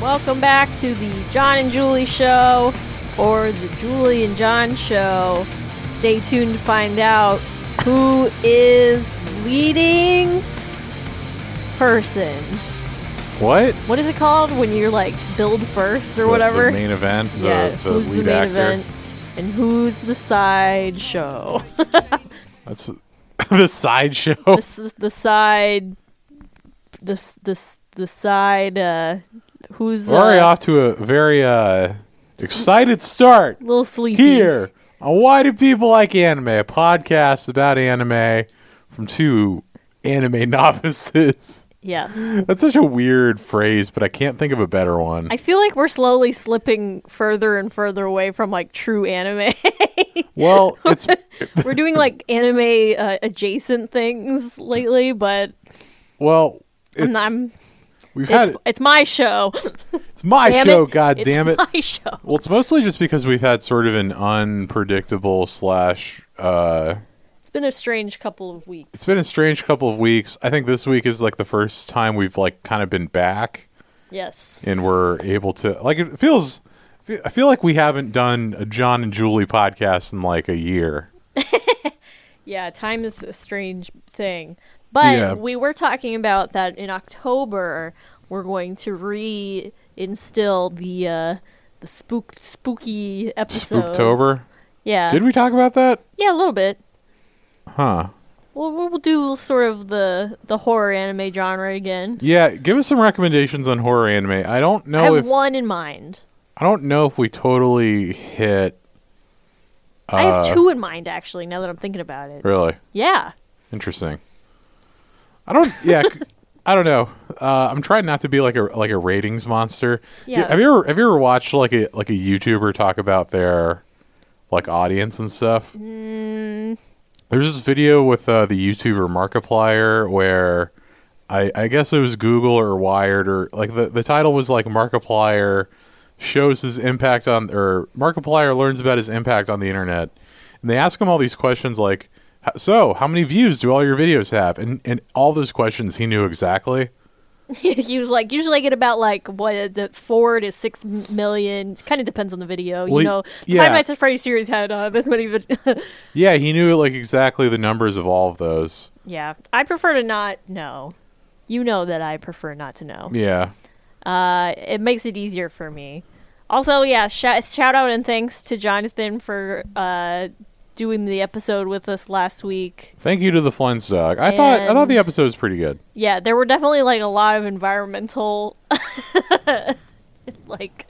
Welcome back to the John and Julie show or the Julie and John show. Stay tuned to find out who is leading person. What? What is it called when you're like build first or The- whatever? The main event. The, yeah, the who's lead the main actor. event and who's the side show? That's the sideshow. this is the side the s- the s- the side uh who's We're already uh, off to a very uh, excited start little sleepy here on Why Do People Like Anime, a podcast about anime from two anime novices. Yes. That's such a weird phrase, but I can't think of a better one. I feel like we're slowly slipping further and further away from like true anime. well, it's we're doing like anime uh, adjacent things lately, but well, I'm, it's, I'm- we've it's, had it. it's my show. it's my Damn show. it. God It's damn it! my show. Well, it's mostly just because we've had sort of an unpredictable slash. Uh, It's been a strange couple of weeks. it's been a strange couple of weeks. I think this week is like the first time we've like kind of been back Yes. and we're able to like it feels. I feel like we haven't done a John and Julie podcast in like a year. Yeah, time is a strange thing. But Yeah. we were talking about that in October we're going to re instill the uh the spook spooky episodes. Spooktober. Yeah. Did we talk about that? Yeah, a little bit. Huh. Well, we'll we'll do sort of the the horror anime genre again. Yeah. Give us some recommendations on horror anime. I don't I have know if one in mind. I don't know if we totally hit. I have uh, two in mind actually. Now that I'm thinking about it. Really. Yeah. Interesting. I don't. Yeah, c- I don't know. Uh, I'm trying not to be like a like a ratings monster. Y- Yeah. Have you ever have you ever watched like a like a YouTuber talk about their like audience and stuff? There's this video with uh, the YouTuber Markiplier where I I guess it was Google or Wired or like the the title was like Markiplier shows his impact on or Markiplier learns about his impact on the internet. And they ask him all these questions like "H- so how many views do all your videos have? And and all those questions he knew exactly. he was like, usually I get about like what the four to six m- million. Kind of depends on the video, Well, you know. The yeah. Five Nights at Freddy's series had uh, this many. Vid- Yeah, he knew like exactly the numbers of all of those. yeah, I prefer to not know. You know that I prefer not to know. Yeah. Uh, it makes it easier for me. Also, yeah, shout, shout out and thanks to Jonathan for uh, doing the episode with us last week. Thank you to the Flintstock. I thought I thought And- the episode was pretty good. Yeah, there were definitely like a lot of environmental, like,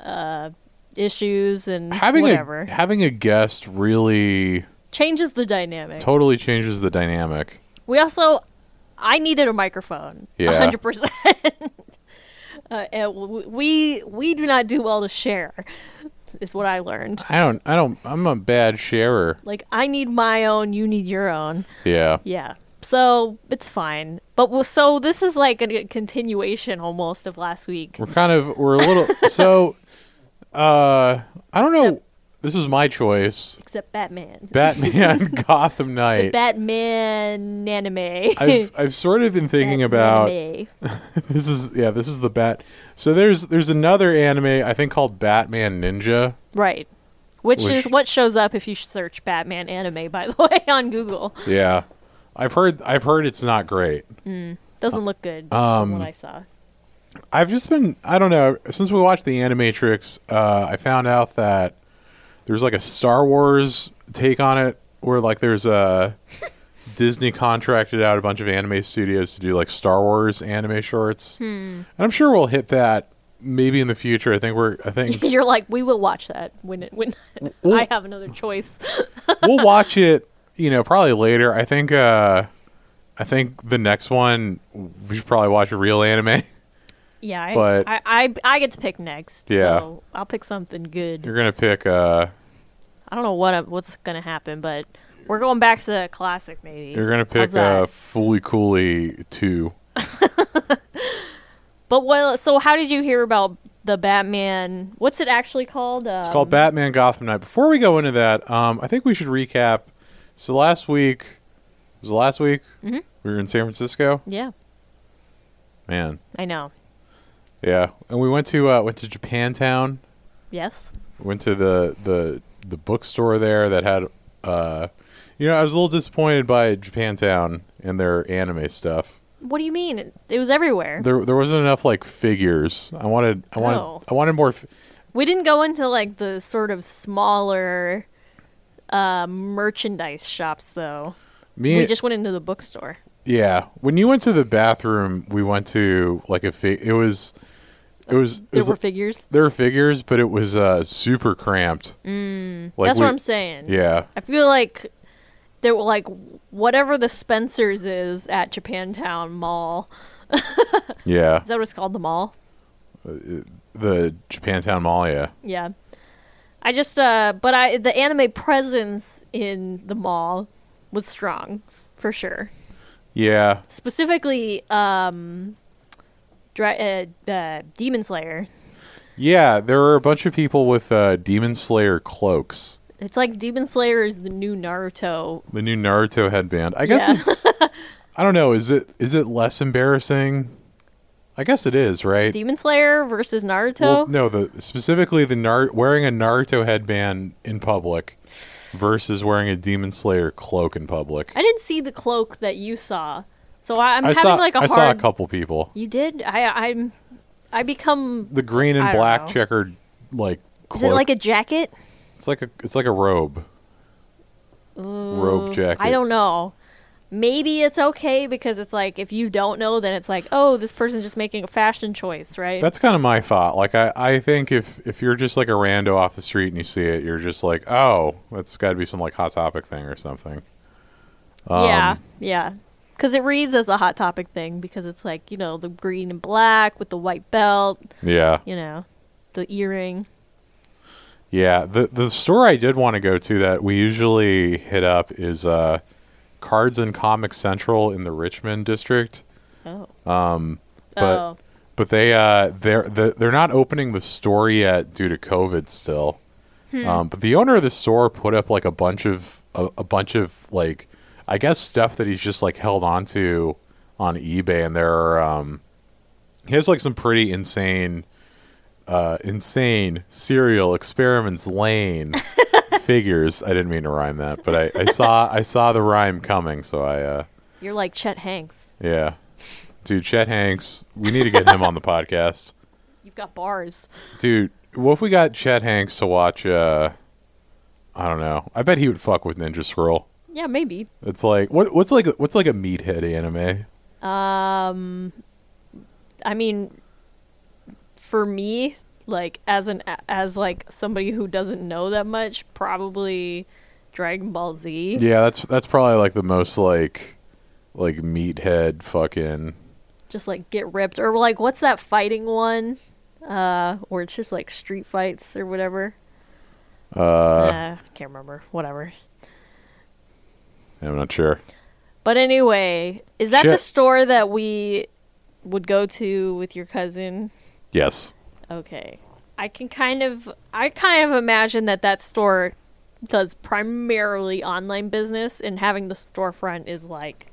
uh, issues and Having whatever. a having a guest really changes the dynamic. totally changes the dynamic. We also, I needed a microphone. Yeah. a hundred percent. Uh, and w- we we do not do well to share, is what I learned. I don't I don't I'm a bad sharer. Like I need my own, you need your own. Yeah. Yeah, so it's fine. But well, so this is like a continuation almost of last week. We're kind of we're a little so uh I don't know Except- this is my choice. Except Batman, Batman Gotham the Knight. Batman anime. I've I've sort of been thinking Batman about anime. this is yeah, this is the bat so there's there's another anime I think called Batman Ninja. right, which, Which- is what shows up if you search Batman anime. By the way, on Google, Yeah. I've heard I've heard it's not great. doesn't look good Um, from what I saw. I've just been I don't know since we watched the Animatrix, uh, I found out that there's like a Star Wars take on it where like there's a Disney contracted out a bunch of anime studios to do like Star Wars anime shorts, Hmm. and I'm sure we'll hit that maybe in the future. I think we're I think You're like, we will watch that when it, when I have another choice. we'll watch it. You know, probably later. I think uh, I think the next one we should probably watch a real anime. yeah, I, But- I, I I get to pick next. Yeah. so I'll pick something good. You're gonna pick uh, I don't know what I- what's gonna happen, but we're going back to the classic, maybe. you're gonna How's pick that? uh, Fully Cooley two. but well, so how did you hear about the Batman? What's it actually called? Um, It's called Batman Gotham Knight. Before we go into that, um, I think we should recap. So last week was it last Mm-hmm. week we were in San Francisco. Yeah, Man, I know. Yeah, and we went to uh, went to Japantown. Yes. Went to the the the bookstore there that had. Uh, you know, I was a little disappointed by Japantown and their anime stuff. What do you mean? It- It was everywhere. There there wasn't enough like figures. I wanted I wanted Oh. I wanted more. F- We didn't go into like the sort of smaller uh, merchandise shops though. me We just went into the bookstore. yeah. When you went to the bathroom, we went to like a fi- it was it was, it There was were figures. there were figures, but it was uh super cramped. Mm, like That's we- what I'm saying. Yeah, I feel like there were like whatever the Spencers is at Japantown Mall. yeah. Is that what it's called? The mall? The Japantown Mall, yeah. Yeah. I just uh but I the anime presence in the mall was strong for sure. Yeah, Specifically um Dra- uh, uh, Demon Slayer. yeah. There were a bunch of people with uh, Demon Slayer cloaks. It's like Demon Slayer is the new Naruto. The new Naruto headband. I guess Yeah. it's. I don't know. Is it is it less embarrassing? I guess it is, right? Demon Slayer versus Naruto. Well, no, the specifically the Nar- wearing a Naruto headband in public versus wearing a Demon Slayer cloak in public. I didn't see the cloak that you saw, so I, I'm I having saw like a I hard. saw a couple people. You did. I I'm. I become. The green and I don't black know. checkered like Is cloak. it like a jacket? It's like a it's like a robe. robe Mm, jacket. I don't know. Maybe it's okay because it's like if you don't know, then it's like, oh, this person's just making a fashion choice, right? That's kind of my thought. Like I, I think if if you're just like a rando off the street and you see it, you're just like, oh, that's got to be some like hot topic thing or something. Um, yeah, yeah. Because it reads as a hot topic thing because it's like you know the green and black with the white belt, Yeah, you know, the earring. yeah. The the store I did want to go to that we usually hit up is uh, Cards and Comics Central in the Richmond district. Oh. Um, but- oh. But they uh they're the- they're not opening the store yet due to COVID still. Um, but the owner of the store put up like a bunch of a, a bunch of like I guess stuff that he's just like held onto on eBay, and there are um he has like some pretty insane uh insane serial experiments lane figures. I didn't mean to rhyme that, but I, I saw I saw the rhyme coming, so I uh You're like Chet Hanks. yeah. Dude, Chet Hanks, we need to get him on the podcast. You've got bars. Dude, what if we got Chet Hanks to watch uh I don't know. I bet he would fuck with Ninja Scroll. Yeah, maybe. It's like what what's like what's like a meathead anime? I mean, for me, like as an as like somebody who doesn't know that much, probably Dragon Ball Z. Yeah, that's that's probably like the most like like meathead fucking Just like get ripped, or like what's that fighting one? Uh, where it's just like street fights or whatever. Uh, can't remember. Whatever. I'm not sure. But anyway, is that the Shit. store that we would go to with your cousin? Yes. Okay. I can kind of I kind of imagine that that store does primarily online business and having the storefront is like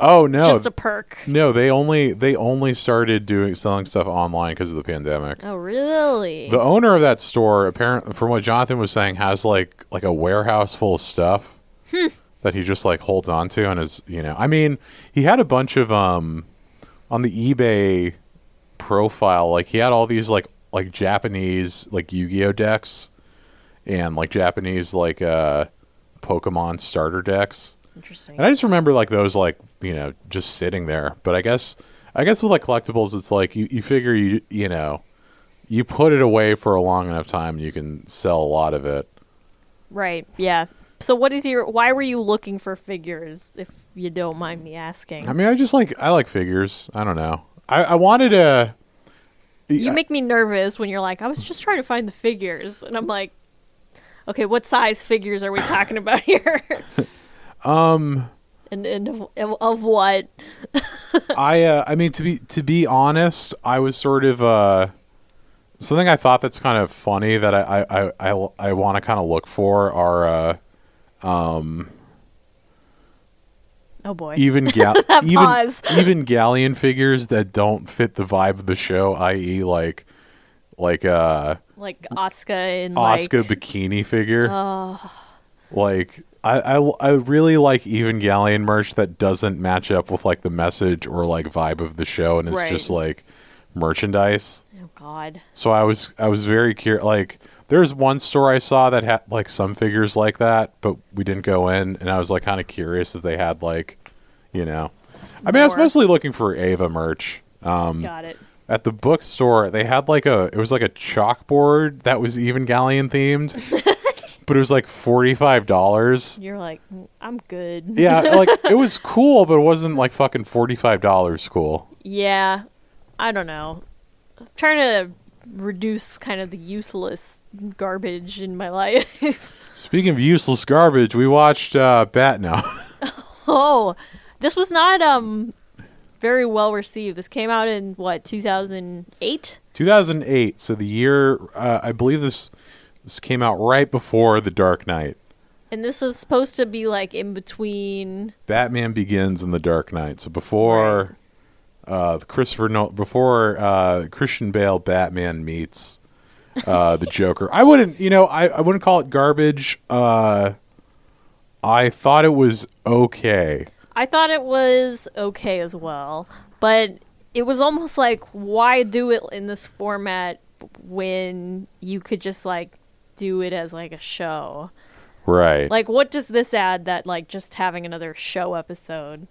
Oh no. just a perk. no, they only they only started doing selling stuff online because of the pandemic. Oh, really? The owner of that store, apparently, from what Jonathan was saying, has like like a warehouse full of stuff that he just like holds on to and is you know. I mean, he had a bunch of um on the eBay profile, like he had all these like like Japanese like Yu-Gi-Oh decks and like Japanese like uh Pokemon starter decks. Interesting. And I just remember like those like you know just sitting there. But I guess I guess with like collectibles, it's like you, you figure you you know you put it away for a long enough time, you can sell a lot of it. right. Yeah. So what is your why were you looking for figures if you don't mind me asking? I mean, I just like I like figures. I don't know. I, I wanted a. you make me nervous when you're like I was just trying to find the figures and I'm like okay, what size figures are we talking about here? um Um, and and of, of what? I uh, I mean to be to be honest, I was sort of uh, something I thought that's kind of funny that I I I, I, I want to kind of look for are uh, Oh Oh boy. even gal That even, pause. even galleon figures that don't fit the vibe of the show i.e like like uh like Oscar and oscar Like, bikini figure like I, I i really like even galleon merch that doesn't match up with like the message or like vibe of the show and it's Right. just like merchandise oh God. so i was i was very curious like there's one store i saw that had like some figures like that but we didn't go in and i was like kind of curious if they had like you know i mean i was More. mostly looking for ava merch Um, Got it. at the bookstore they had like a it was like a chalkboard that was even galleon themed but it was like $45 You're like, "Mm, I'm good. yeah like it was cool but it wasn't like fucking $45 cool Yeah, I don't know. I'm trying to reduce kind of the useless garbage in my life. speaking of useless garbage we watched uh bat now oh, this was not um very well received. This came out in what 2008. 2008 so the year uh, i believe this this came out right before the dark knight And this is supposed to be like in between. batman begins in the dark knight so before uh the christopher no- before uh christian bale batman meets uh the joker i wouldn't you know I, I wouldn't call it garbage uh i thought it was okay I thought it was okay as well, but it was almost like why do it in this format when you could just like do it as like a show. right Like, what does this add that, like, just having another show episode?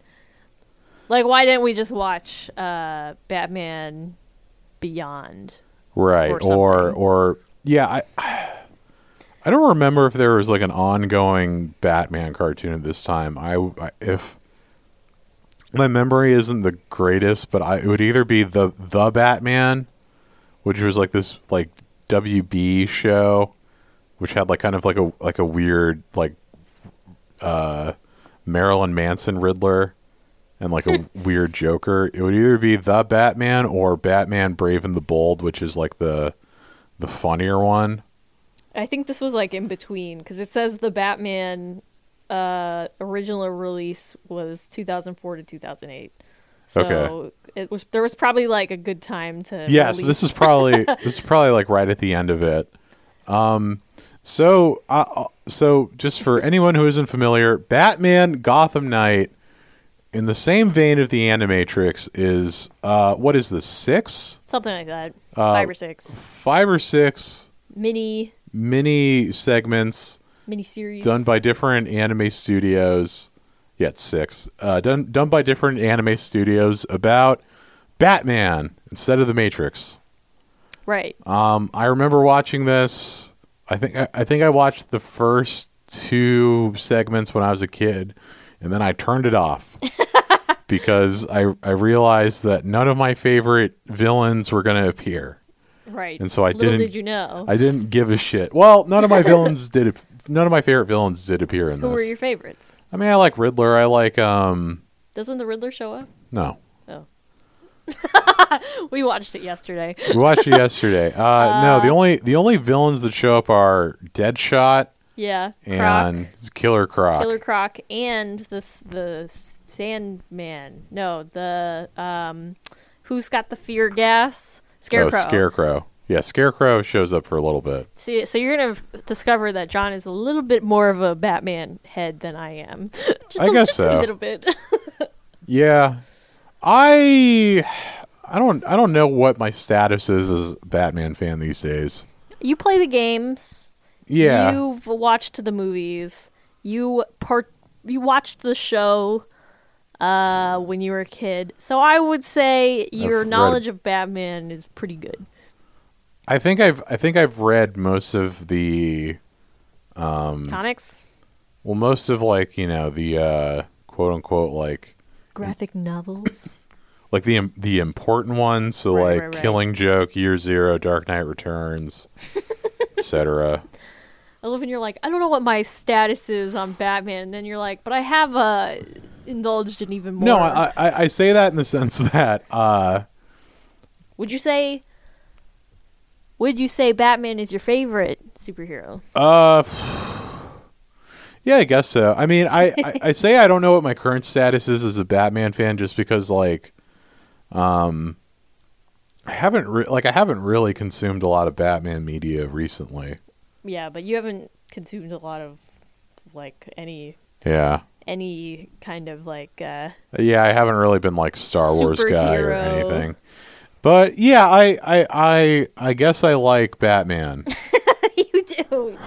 Like, why didn't we just watch uh, Batman Beyond? right or or something. or yeah i i don't remember if there was like an ongoing batman cartoon at this time i, I- if my memory isn't the greatest but i it would either be the the batman which was like this like wb show which had like kind of like a like a weird like uh marilyn manson riddler and like a weird Joker. It would either be the Batman or Batman Brave and the Bold, which is like the the funnier one. I think this was, like, in between, because it says the Batman uh, original release was 2004 to 2008. So Okay. it was there was probably like a good time to Yeah, so this is probably this is probably like right at the end of it. Um, so uh, so just for anyone who isn't familiar, Batman Gotham Knight, in the same vein of the Animatrix, is uh, what is this six, something like that uh, five or six five or six mini mini segments mini series done by different anime studios. Yeah, it's six. Uh, done done by different anime studios about Batman instead of the Matrix. right Um, I remember watching this. I think I, I think I watched the first two segments when I was a kid, and then I turned it off because I I realized that none of my favorite villains were going to appear. right and so I little didn't- did you know I didn't give a shit. Well, none of my villains did. ap- None of my favorite villains did appear in who this. were your favorites I mean, I like Riddler. I like um Doesn't the Riddler show up? no. Oh. we watched it yesterday. We watched it yesterday. Uh, no, the only the only villains that show up are Deadshot Yeah. Croc, and Killer Croc. Killer Croc and the s- the s- Sandman. No, the um who's got the fear gas? Oh, Scarecrow. Scarecrow. Yeah, Scarecrow shows up for a little bit. so, y- so you're going to discover that John is a little bit more of a Batman head than I am. just I a- guess just a so. little bit. Yeah, I I don't I don't know what my status is as a Batman fan these days. you play the games. Yeah, You've watched the movies. You part you watched the show uh when you were a kid. So I would say your read it. knowledge of Batman is pretty good. I think I've I think I've read most of the Um, Comics, well most of like you know the uh, quote unquote like graphic novels. like the im- the important ones so Right, like right, right. killing joke year zero dark knight returns etc I love when you're like, I don't know what my status is on Batman, and then you're like, but I have uh indulged in even more. no I, I i say that in the sense that uh would you say would you say Batman is your favorite superhero? uh Yeah, I guess so. I mean, I, I, I say I don't know what my current status is as a Batman fan just because like um I haven't re- like I haven't really consumed a lot of Batman media recently. Yeah, but you haven't consumed a lot of like any Yeah. any kind of like uh Yeah, I haven't really been like Star Wars guy or Superhero. anything. But yeah, I I I, I guess I like Batman. you do.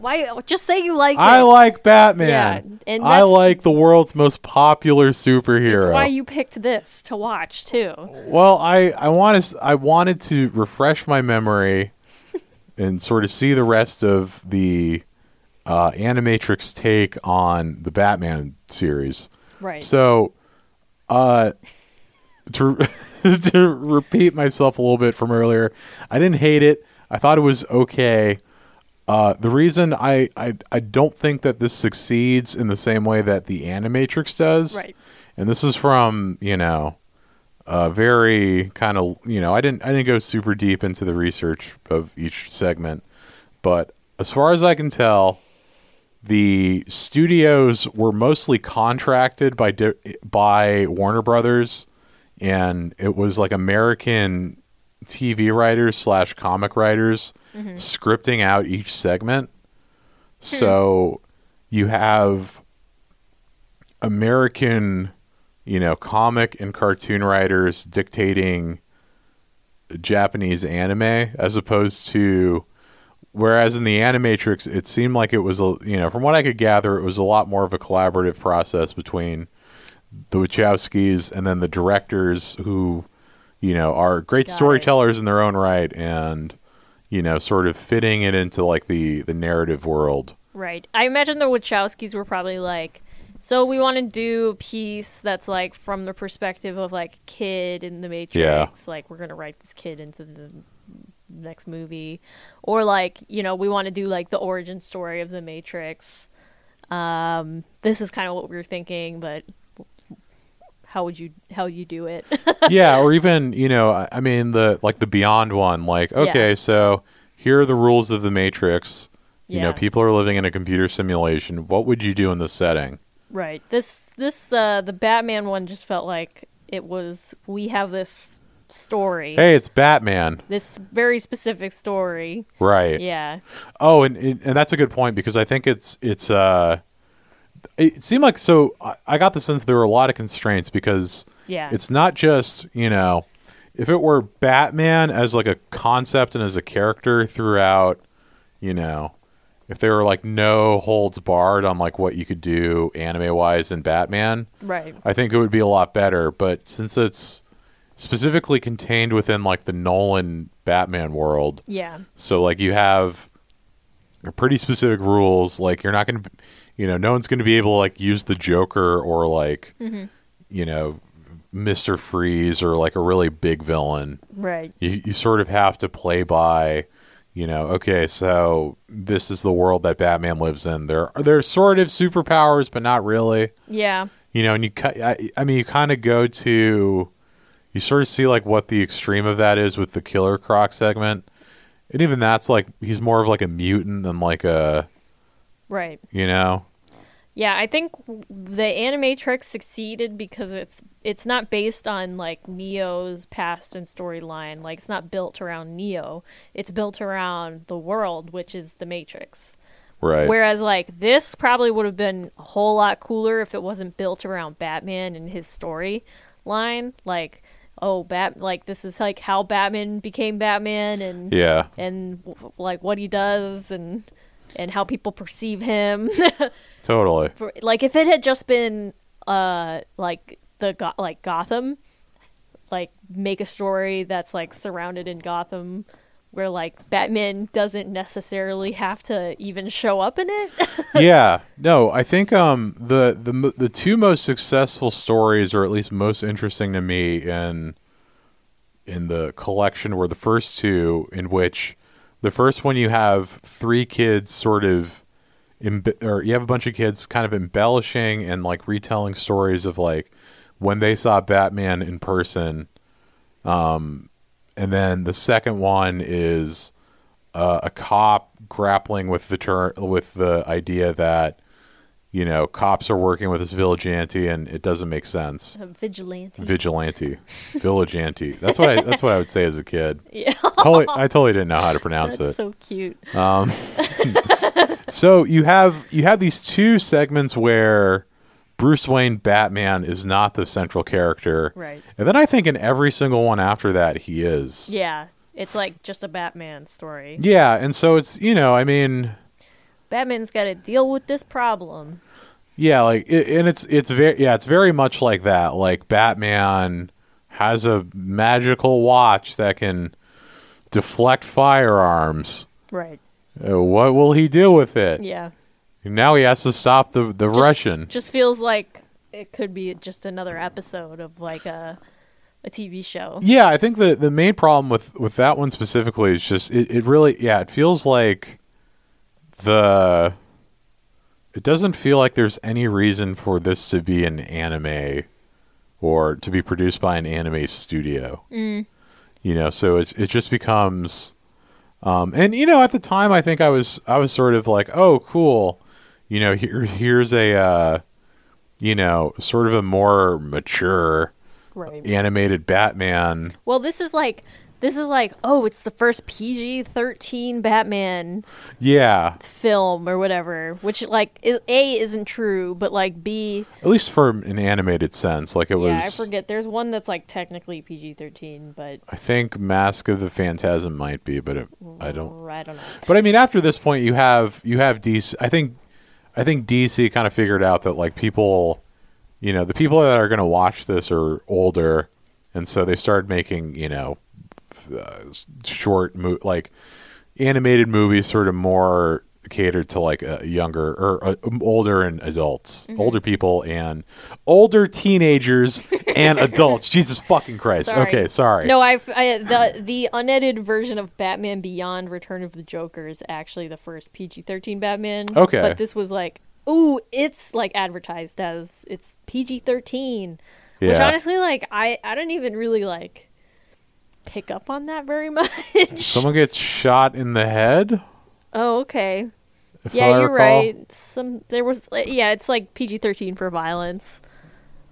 Why just say you like I it. like Batman. Yeah, and I that's- like the world's most popular That's superhero. why you picked this to watch too. Well, I I want to I wanted to refresh my memory and sort of see the rest of the uh, Animatrix take on the Batman series. Right. So, uh, to to repeat myself a little bit from earlier, I didn't hate it. I thought it was okay. Uh, the reason I, I I don't think that this succeeds in the same way that the Animatrix does, Right. and this is from you know, uh, very kind of you know I didn't I didn't go super deep into the research of each segment, but as far as I can tell, the studios were mostly contracted by di- by Warner Brothers, and it was like American TV writers slash comic writers scripting out each segment. So you have American, you know, comic and cartoon writers dictating Japanese anime as opposed to whereas in the animatrix it seemed like it was a you know from what i could gather it was a lot more of a collaborative process between the wachowskis and then the directors who you know are great Got it. storytellers in their own right and you know sort of fitting it into like the the narrative world Right. I imagine the Wachowskis were probably like, so we want to do a piece that's like from the perspective of like a kid in the Matrix. Yeah. Like we're gonna write this kid into the next movie, or like you know we want to do like the origin story of the Matrix. Um, this is kind of what we were thinking, but how would you how would you do it? yeah, or even you know, I- I mean the like the Beyond one. Like, okay, so here are the rules of the Matrix. You Yeah. know, people are living in a computer simulation. What would you do in this setting? Right. This this uh the Batman one just felt like it was we have this story. Hey, it's Batman, This very specific story. right? Yeah. Oh, and, and and that's a good point because I think it's it's uh, it seemed like so. I, I got the sense there were a lot of constraints because Yeah. it's not just you know if it were batman as like a concept and as a character throughout you know if there were like no holds barred on like what you could do anime wise in batman right. i think it would be a lot better but since it's specifically contained within like the nolan batman world Yeah. so like you have pretty specific rules. Like you're not going to, you know, no one's going to be able to like use the Joker or like, you know, Mister Freeze or like a really big villain. Right. You you sort of have to play by, you know, okay, so this is the world that Batman lives in. There there's sort of superpowers, but not really Yeah. you know, and you, ki- I, I mean, you kind of go to, you sort of see like what the extreme of that is with the Killer Croc segment, and even that's like he's more of like a mutant than like a, Right. you know, Yeah, I think w- the Animatrix succeeded because it's it's not based on like Neo's past and storyline. Like it's not built around Neo. It's built around the world, which is the Matrix. right, Whereas, like, this probably would have been a whole lot cooler if it wasn't built around Batman and his story line. Like, oh, Bat, like, this is like how Batman became Batman and, yeah, and w- like what he does and, and how people perceive him. totally, For, like, if it had just been, uh, like, the, go- like, Gotham, like, make a story that's like surrounded in Gotham. Where like Batman doesn't necessarily have to even show up in it, yeah. No, I think um the the mo- the two most successful stories, or at least most interesting to me, in in the collection were the first two, in which the first one you have three kids sort of embe- or you have a bunch of kids kind of embellishing and like retelling stories of like when they saw Batman in person. Um, and then the second one is uh, a cop grappling with the ter- with the idea that you know, cops are working with this vigilante, and it doesn't make sense. A vigilante. Vigilante, vigilante. That's what I. That's what I would say as a kid. yeah, Totally, I totally didn't know how to pronounce that's it. so cute. So you have you have these two segments where Bruce Wayne Batman is not the central character. Right. And then I think in every single one after that he is. Yeah, it's like just a Batman story. Yeah, and so it's, you know, I mean, Batman's got to deal with this problem. yeah, like it, and it's it's very yeah, it's very much like that. Like Batman has a magical watch that can deflect firearms. Right. Uh, What will he do with it? Yeah. Now he has to stop the the Russian. Just feels like it could be just another episode of like a a TV show. Yeah, I think the the main problem with with that one specifically is just it, it really yeah it feels like the it doesn't feel like there's any reason for this to be an anime or to be produced by an anime studio. Mm. You know, so it it just becomes um and you know at the time I think I was I was sort of like, "Oh, cool. You know, here here's a uh you know, sort of a more mature Right. animated Batman Well, this is like this is like oh, it's the first PG thirteen Batman Yeah, film or whatever, which like is, a isn't true, but like b at least for an animated sense, like it yeah, I was. forget. There's one that's like technically PG thirteen, but I think Mask of the Phantasm might be, but it, I don't. or I don't know. But I mean, after this point, you have you have DC. I think I think DC kind of figured out that like people, you know, the people that are going to watch this are older, and so they started making you know uh, s- short mo- like animated movies, sort of more catered to like a younger or uh, older and adults, Mm-hmm. older people and older teenagers and adults. Jesus fucking Christ! Sorry. Okay, sorry. No, I've, I the the unedited version of Batman Beyond: Return of the Joker is actually the first PG thirteen Batman. Okay. but this was like, ooh, it's like advertised as it's PG thirteen, which Yeah. honestly, like, I I don't even really like pick up on that very much. Someone gets shot in the head. oh, okay. If Yeah, I you're recall. right. Some there was like, yeah, it's like PG thirteen for violence,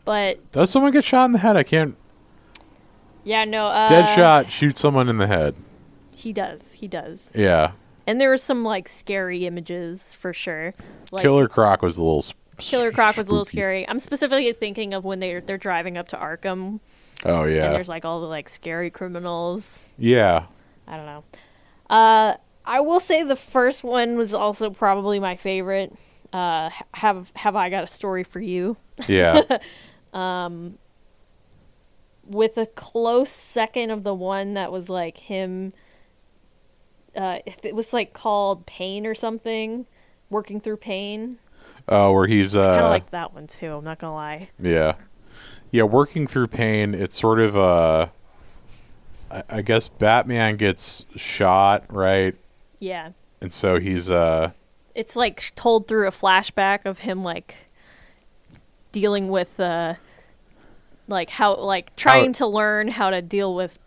but Does someone get shot in the head? I can't. yeah, no, uh, Deadshot shoots someone in the head. He does, he does. Yeah. And there were some like scary images for sure. Like Killer Croc was a little. sp- Killer Croc was a little spooky. scary. I'm specifically thinking of when they're they're driving up to Arkham Oh and yeah. there's like all the like scary criminals. Yeah. I don't know. Uh, I will say the first one was also probably my favorite. Uh, ha- have have I got a story for you? Yeah. With a close second of the one that was like him. Uh, it was like called Pain or something, working through pain. Oh, where he's uh. Kind of like that one too. I'm not gonna lie. Yeah. Yeah, working through pain, it's sort of uh I, I guess Batman gets shot, right? Yeah. And so he's uh it's like told through a flashback of him like dealing with uh like how like trying to learn how to deal with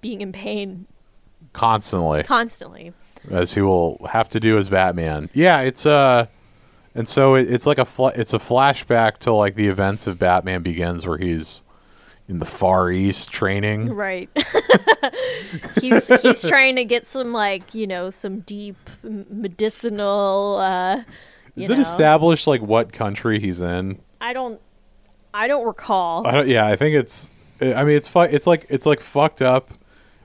being in pain constantly constantly as he will have to do as Batman. Yeah, it's uh and so it, it's like a fl- it's a flashback to like the events of Batman Begins where he's in the Far East training. right he's he's trying to get some like you know some deep m- medicinal uh Is you it know. established like what country he's in? i don't i don't recall I don't, yeah, I think it's. I mean, it's fu- It's like it's like fucked up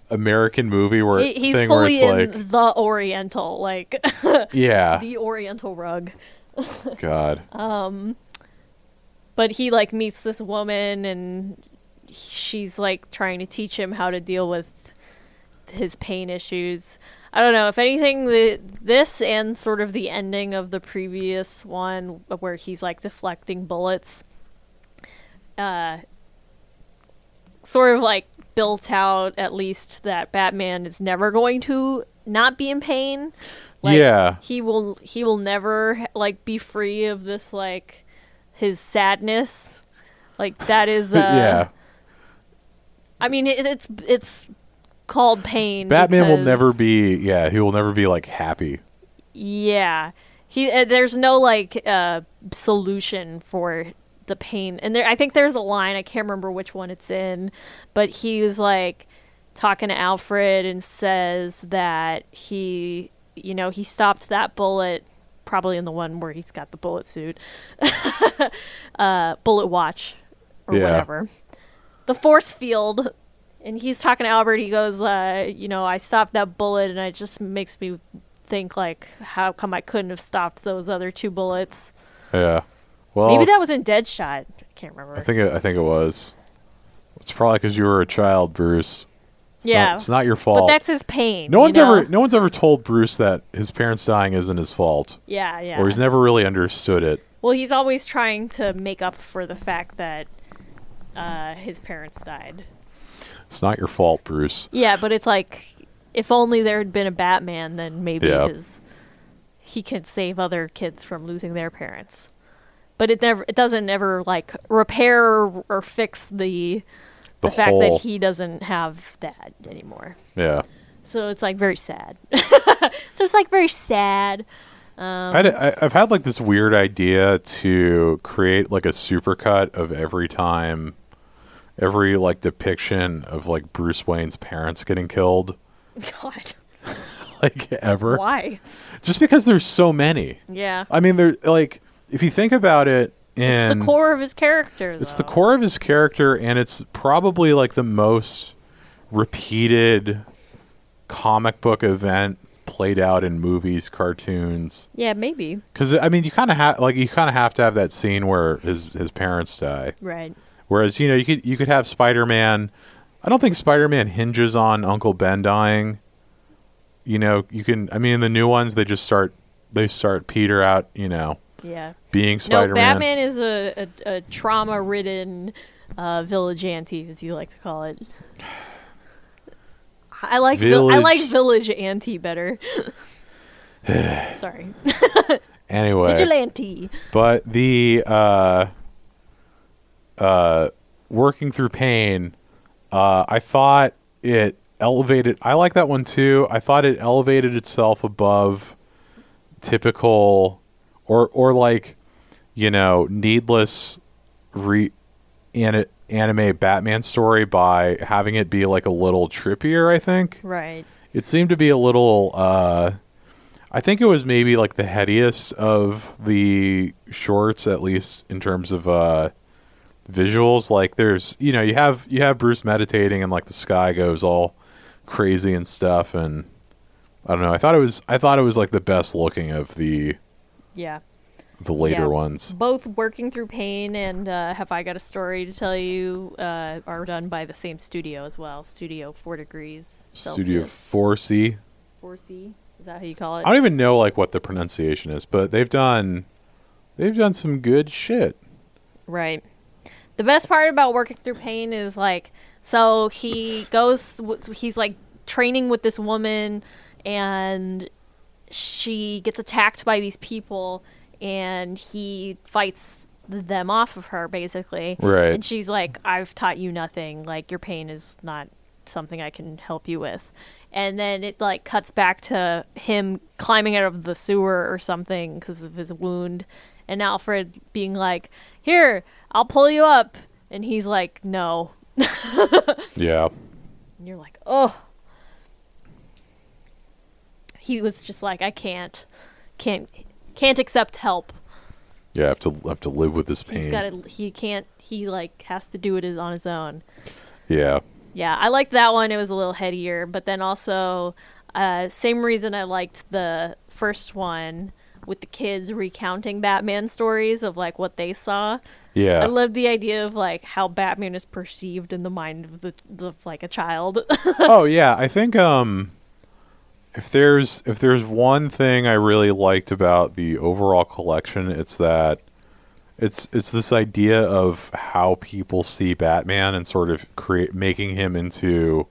American movie where He- he's thing fully where in it's like the oriental like yeah, the oriental rug God, uh, but he like meets this woman and she's like trying to teach him how to deal with his pain issues. I don't know if anything the this and sort of the ending of the previous one where he's like deflecting bullets uh sort of like built out at least that Batman is never going to not be in pain. Yeah. He will he will never like be free of this like his sadness. Like that is uh yeah. I mean it, it's it's called pain. Batman will never because- be. Yeah, he will never be like happy. Yeah. He uh, there's no like uh, solution for the pain, and there I think there's a line I can't remember which one it's in, but he was like talking to Alfred and says that he you know he stopped that bullet probably in the one where he's got the bullet suit, uh, bullet watch or Yeah. whatever, the force field. And he's talking to Albert. He goes, uh, you know, I stopped that bullet, and it just makes me think like how come I couldn't have stopped those other two bullets? Yeah. Well, Maybe that it's- was in Deadshot. I can't remember. I think it, I think it was. It's probably because you were a child, Bruce. It's not- Yeah. it's not your fault. but that's his pain. no you one's know? ever no one's ever told Bruce that his parents dying isn't his fault, Yeah, yeah. or he's never really understood it. well, he's always trying to make up for the fact that uh, his parents died. It's not your fault, Bruce. Yeah, but it's like if only there had been a Batman, then maybe Yeah. his he could save other kids from losing their parents. But it never it doesn't ever like repair or, or fix the The, the fact whole, that he doesn't have that anymore. yeah. So it's like very sad. so it's like very sad. um, I'd, I, I've had like this weird idea to create like a supercut of every time, every like depiction of like Bruce Wayne's parents getting killed, God, like ever. why? Just because there's so many. Yeah, I mean, there like if you think about it, in it's the core of his character. it's the though. core of his character, and it's probably like the most repeated comic book event played out in movies, cartoons. Yeah, maybe. Because I mean, you kind of have like you kind of have to have that scene where his his parents die. Right. Whereas you know you could you could have Spider Man. I don't think Spider Man hinges on Uncle Ben dying. You know, you can. I mean, in the new ones, they just start they start Peter out. You know, Yeah. being Spider No, Batman is a, a, a trauma ridden uh, village auntie, as you like to call it. I like vil- I Village- like village auntie better. Sorry, Anyway, vigilante. but the uh uh working through pain uh i thought it elevated i like that one too i thought it elevated itself above typical or or like you know needless re an, anime batman story by having it be like a little trippier i think Right. it seemed to be a little. Uh, I think it was maybe like the headiest of the shorts, at least in terms of uh, visuals. Like, there's you know you have you have Bruce meditating and like the sky goes all crazy and stuff, and I don't know. I thought it was I thought it was like the best looking of the Yeah. the later Yeah. ones. Both working through pain and uh, have I got a story to tell you uh, are done by the same studio as well. Studio Four Degrees Celsius. Studio Four C. Four C. Is that how you call it? I don't even know like what the pronunciation is, but they've done they've done some good shit. Right. The best part about working through pain is like, so he goes, w- he's like training with this woman, and she gets attacked by these people, and he fights them off of her basically. Right. And she's like, I've taught you nothing. Like, your pain is not something I can help you with. And then it like cuts back to him climbing out of the sewer or something because of his wound. And Alfred being like, Here, I'll pull you up. And he's like, No. Yeah. And you're like, Oh. He was just like, I can't, can't, can't accept help. Yeah, I have to I have to live with this pain. He's got to, he can't, he like has to do it on his own. Yeah. Yeah, I liked that one. It was a little headier, but then also, uh, same reason I liked the first one with the kids recounting Batman stories of like what they saw. Yeah. I love the idea of like how Batman is perceived in the mind of the, the like a child. oh yeah, I think um if there's if there's one thing I really liked about the overall collection, it's that it's it's this idea of how people see Batman and sort of create making him into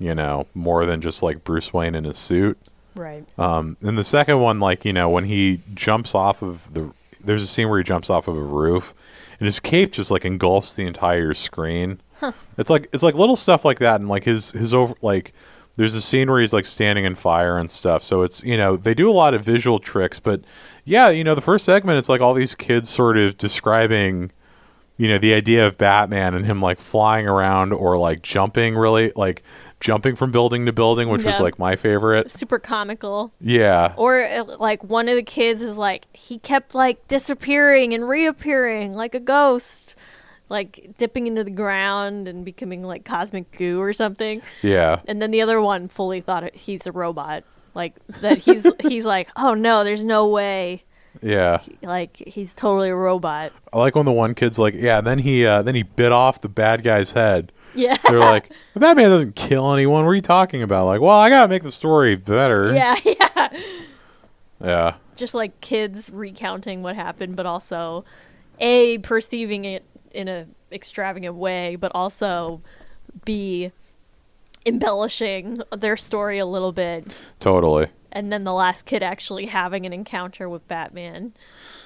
you know, more than just like Bruce Wayne in a suit. right. Um and the second one like, you know, when he jumps off of the there's a scene where he jumps off of a roof and his cape just like engulfs the entire screen. It's like it's like little stuff like that, and like his his over like there's a scene where he's like standing in fire and stuff. So it's you know they do a lot of visual tricks, but yeah, you know the first segment it's like all these kids sort of describing you know the idea of Batman and him like flying around or like jumping really like jumping from building to building, which was Yeah. like my favorite. Super comical. Yeah. Or uh, like one of the kids is like he kept like disappearing and reappearing like a ghost, like dipping into the ground and becoming like cosmic goo or something. Yeah. And then the other one fully thought it- he's a robot. Like that he's he's like, "Oh no, there's no way." Yeah. Like he's totally a robot. I like when the one kid's like, yeah, then he uh, then he bit off the bad guy's head. Yeah. They're like, the Batman doesn't kill anyone. What are you talking about? Like, well, I gotta make the story better. Yeah, yeah. Yeah. Just like kids recounting what happened, but also A perceiving it in a extravagant way, but also B embellishing their story a little bit Totally. and then the last kid actually having an encounter with Batman.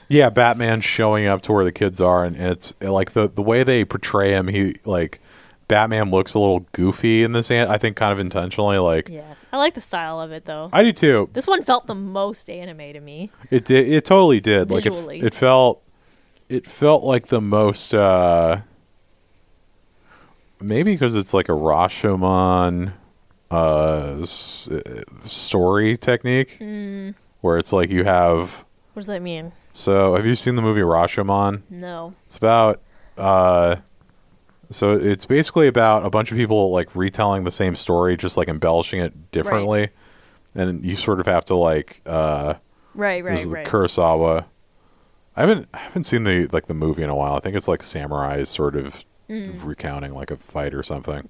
Yeah, Batman showing up to where the kids are, and it's like the the way they portray him. He like Batman looks a little goofy in this. an- I think kind of intentionally. Like Yeah. I like the style of it though. I do too. This one felt the most anime to me. It did. It totally did. Like it, Visually. it felt. It felt like the most. uh Maybe because it's like a Rashomon uh, s- uh, story technique, where it's like you have. Hmm. What does that mean? So, have you seen the movie Rashomon? No. It's about. uh So it's basically about a bunch of people like retelling the same story, just like embellishing it differently, and you sort of have to like. uh Right, right, There's the right. Kurosawa. I haven't I haven't seen the like the movie in a while. I think it's like samurai sort of Mm. recounting like a fight or something.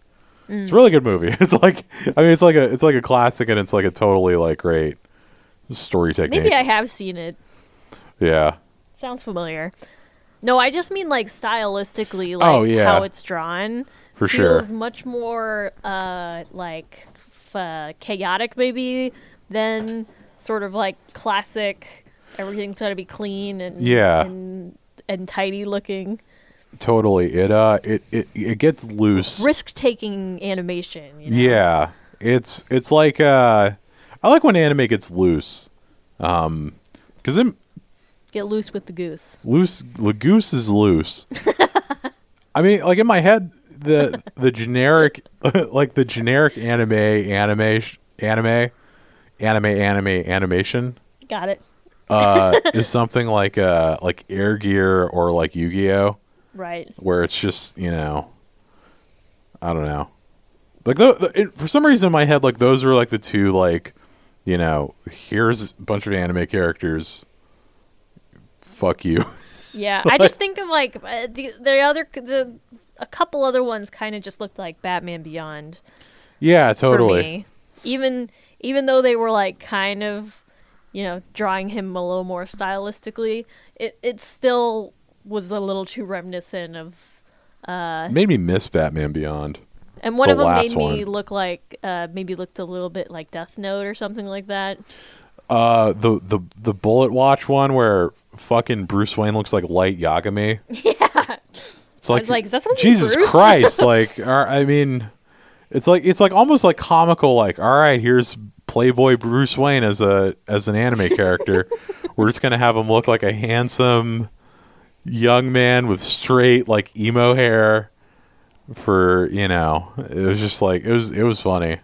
It's a really good movie. It's like I mean it's like a it's like a classic and it's like a totally like great story technique. Maybe I have seen it. yeah. Sounds familiar. No, I just mean like stylistically, like Oh, yeah. how it's drawn. For feels sure. much more uh, like f- uh, chaotic, maybe than sort of like classic. Everything's got to be clean and Yeah. and, and tidy looking. Totally. It uh it it, it gets loose. Risk taking animation. You know? Yeah, it's it's like uh I like when anime gets loose, um, because in Get loose with the goose. Loose Lagoose is loose. I mean, like in my head, the the generic, like the generic anime, anime, sh- anime, anime, anime, animation Got it. uh, is something like uh like Air Gear or like Yu Gi Oh, Right. where it's just you know, I don't know, like tho- the, it, for some reason in my head, like those are like the two like, you know, here's a bunch of anime characters. Fuck you. Yeah, I just think of like uh, the the other the a couple other ones kind of just looked like Batman Beyond yeah, totally. for me. Even even though they were like kind of you know drawing him a little more stylistically, it it still was a little too reminiscent of. made me miss Batman Beyond. And one The of them made last me one. look like uh, maybe looked a little bit like Death Note or something like that. Uh, the the the Bullet Watch one where fucking Bruce Wayne looks like Light Yagami. Yeah, it's like, was like, is that supposed to be Jesus Bruce? Christ! like, ar- I mean, it's like it's like almost like comical. Like, all right, here's Playboy Bruce Wayne as a as an anime character. We're just gonna have him look like a handsome young man with straight like emo hair. For you know, it was just like it was it was funny.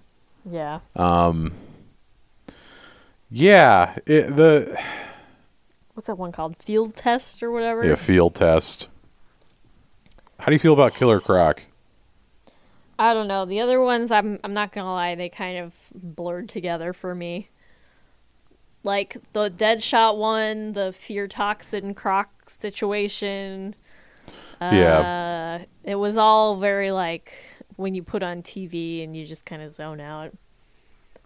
Yeah, Uh, Yeah, it, the what's that one called? Field test or whatever. yeah field test. How do you feel about Killer Croc? I don't know. The other ones, I'm I'm not gonna lie, they kind of blurred together for me. Like the Deadshot one, the Fear Toxin Croc situation. Uh, Yeah. It was all very like when you put on TV and you just kind of zone out.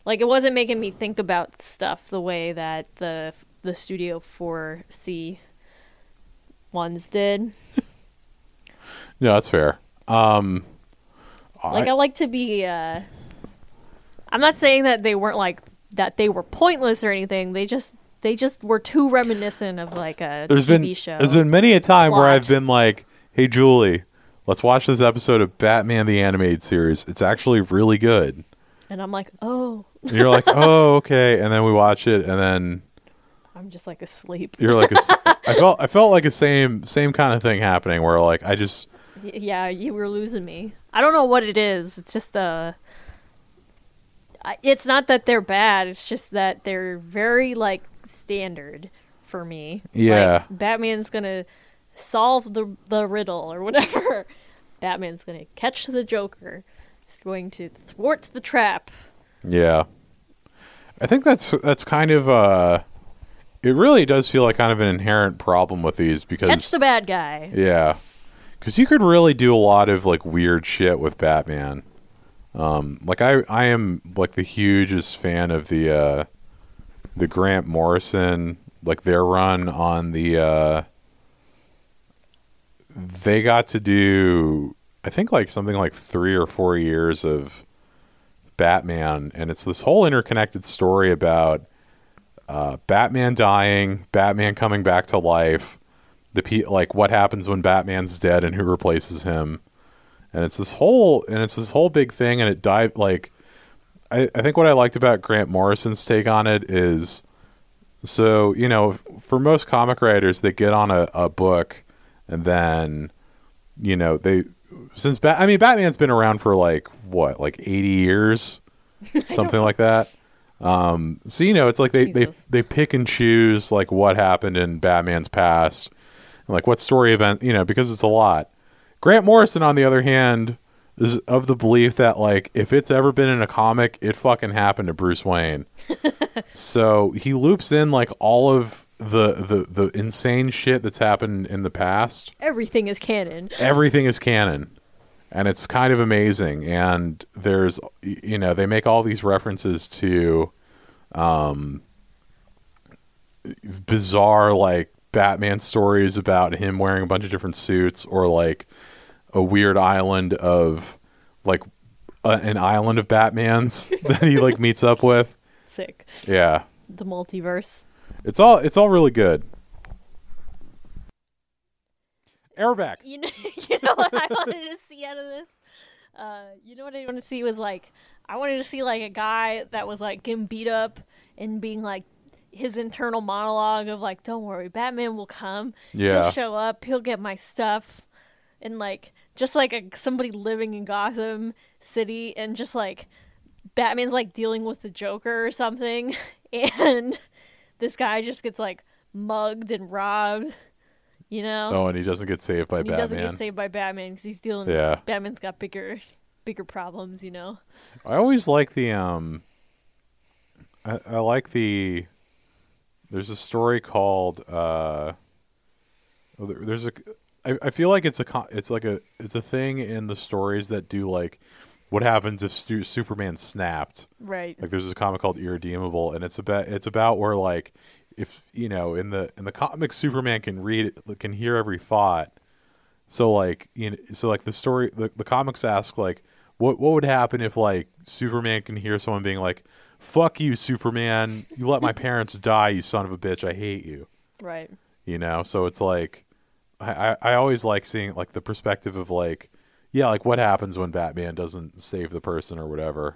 Like it wasn't making me think about stuff the way that the the Studio 4C ones did. No, that's fair. Um, like I, I- like to be uh I'm not saying that they weren't like that they were pointless or anything. They just they just were too reminiscent of like a there's TV been show. there's been many a time where Plot. I've been like, "Hey, Julie, let's watch this episode of Batman the Animated Series. It's actually really good." And I'm like, oh, And you're like, oh, okay. And then we watch it, and then I'm just like asleep. you're like, a s- I felt, I felt like a same, same kind of thing happening where like I just, Y- yeah, you were losing me. I don't know what it is. It's just uh I- it's not that they're bad. It's just that they're very like standard for me. Yeah. Like, Batman's going to solve the the riddle or whatever. Batman's going to catch the Joker. He's going to thwart the trap. yeah. I think that's that's kind of uh, it really does feel like kind of an inherent problem with these because Catch the bad guy. Yeah. Cuz you could really do a lot of like weird shit with Batman. Um like I I am like the hugest fan of the uh the Grant Morrison like their run on the uh they got to do I think like something like 3 or 4 years of Batman and it's this whole interconnected story about uh Batman dying, Batman coming back to life, the pe- like what happens when Batman's dead and who replaces him, and it's this whole and it's this whole big thing, and it dive like I, I think what I liked about Grant Morrison's take on it is so you know for most comic writers they get on a, a book and then you know they since Bat I mean Batman's been around for like what like eighty years something like that. Um, so you know it's like they, they Jesus. they pick and choose like what happened in Batman's past and like what story event you know because it's a lot grant morrison on the other hand is of the belief that like if it's ever been in a comic it fucking happened to bruce wayne so he loops in like all of the the the insane shit that's happened in the past Everything is canon. everything is canon and it's kind of amazing and there's y- you know they make all these references to um bizarre like batman stories about him wearing a bunch of different suits or like a weird island of like a, an island of batmans that he like meets up with Sick. yeah The multiverse. it's all it's all really good Airback. You know, you know what I wanted to see out of this? Uh, you know what I wanted to see was like, I wanted to see like a guy that was like getting beat up and being like his internal monologue of like, "Don't worry, Batman will come. Yeah. he'll show up. He'll get my stuff." And like, just like a, somebody living in Gotham City, and just like Batman's like dealing with the Joker or something, and this guy just gets like mugged and robbed. You know? Oh, and he doesn't get saved by And he Batman. doesn't get saved by Batman because he's dealing. Yeah. Batman's got bigger, bigger problems, you know. I always like the um. I, I like the. There's a story called. uh well, there- There's a. I, I feel like it's a con- it's like a it's a thing in the stories that do like, what happens if Stu- Superman snapped? Right. Like there's this comic called Irredeemable, and it's about it's about where like if you know in the in the comics Superman can read it, can hear every thought. So like you know, so like the story the, the comics ask like what what would happen if like Superman can hear someone being like fuck you Superman you let my parents die you son of a bitch I hate you right. you know so it's like I, I I always like seeing like the perspective of like yeah like what happens when Batman doesn't save the person or whatever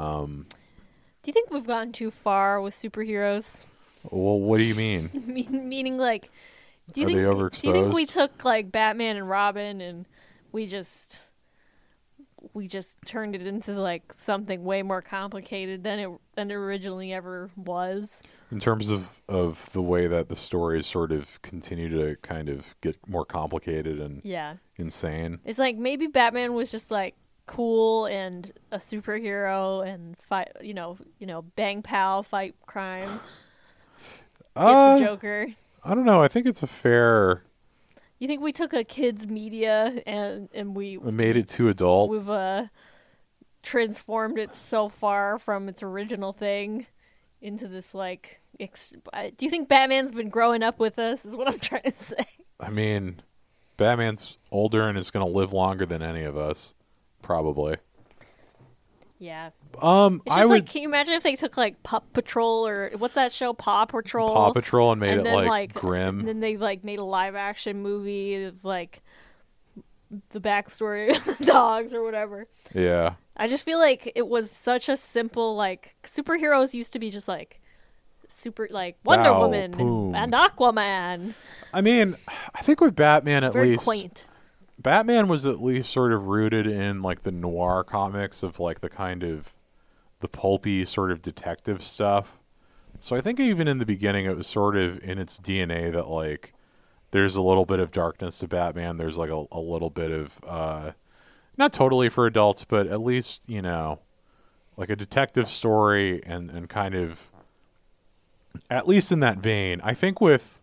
Do you think we've gone too far with superheroes? well what do you mean Mean- Meaning, like, do you Are they think do you think we overexposed? took like Batman and Robin and we just we just turned it into like something way more complicated than it than it originally ever was? in terms of of the way that the stories sort of continue to kind of get more complicated and Yeah. insane It's like maybe Batman was just like cool and a superhero and fight, you know, you know, bang pow, fight crime, get Uh, the Joker. i don't know i think it's a fair You think we took a kids media and and we I made it too adult we've uh transformed it so far from its original thing into this like ex- uh, do you think Batman's been growing up with us is what I'm trying to say. i mean batman's older and is going to live longer than any of us probably Yeah. um It's just i would like can you imagine if they took like Pup Patrol or what's that show Paw Patrol? paw patrol and made and it then, like, like, grim And then they like made a live action movie of like the backstory of the dogs or whatever. Yeah. I just feel like it was such a simple like superheroes used to be just like super like Wonder Bow, Woman boom. and, and Aquaman. I mean, I think with Batman at Very least quaint. Batman was at least sort of rooted in like the noir comics of like the kind of the pulpy sort of detective stuff. So I think even in the beginning it was sort of in its DNA that like there's a little bit of darkness to Batman. There's like a, a little bit of uh not totally for adults, but at least, you know, like a detective story and and kind of at least in that vein. I think with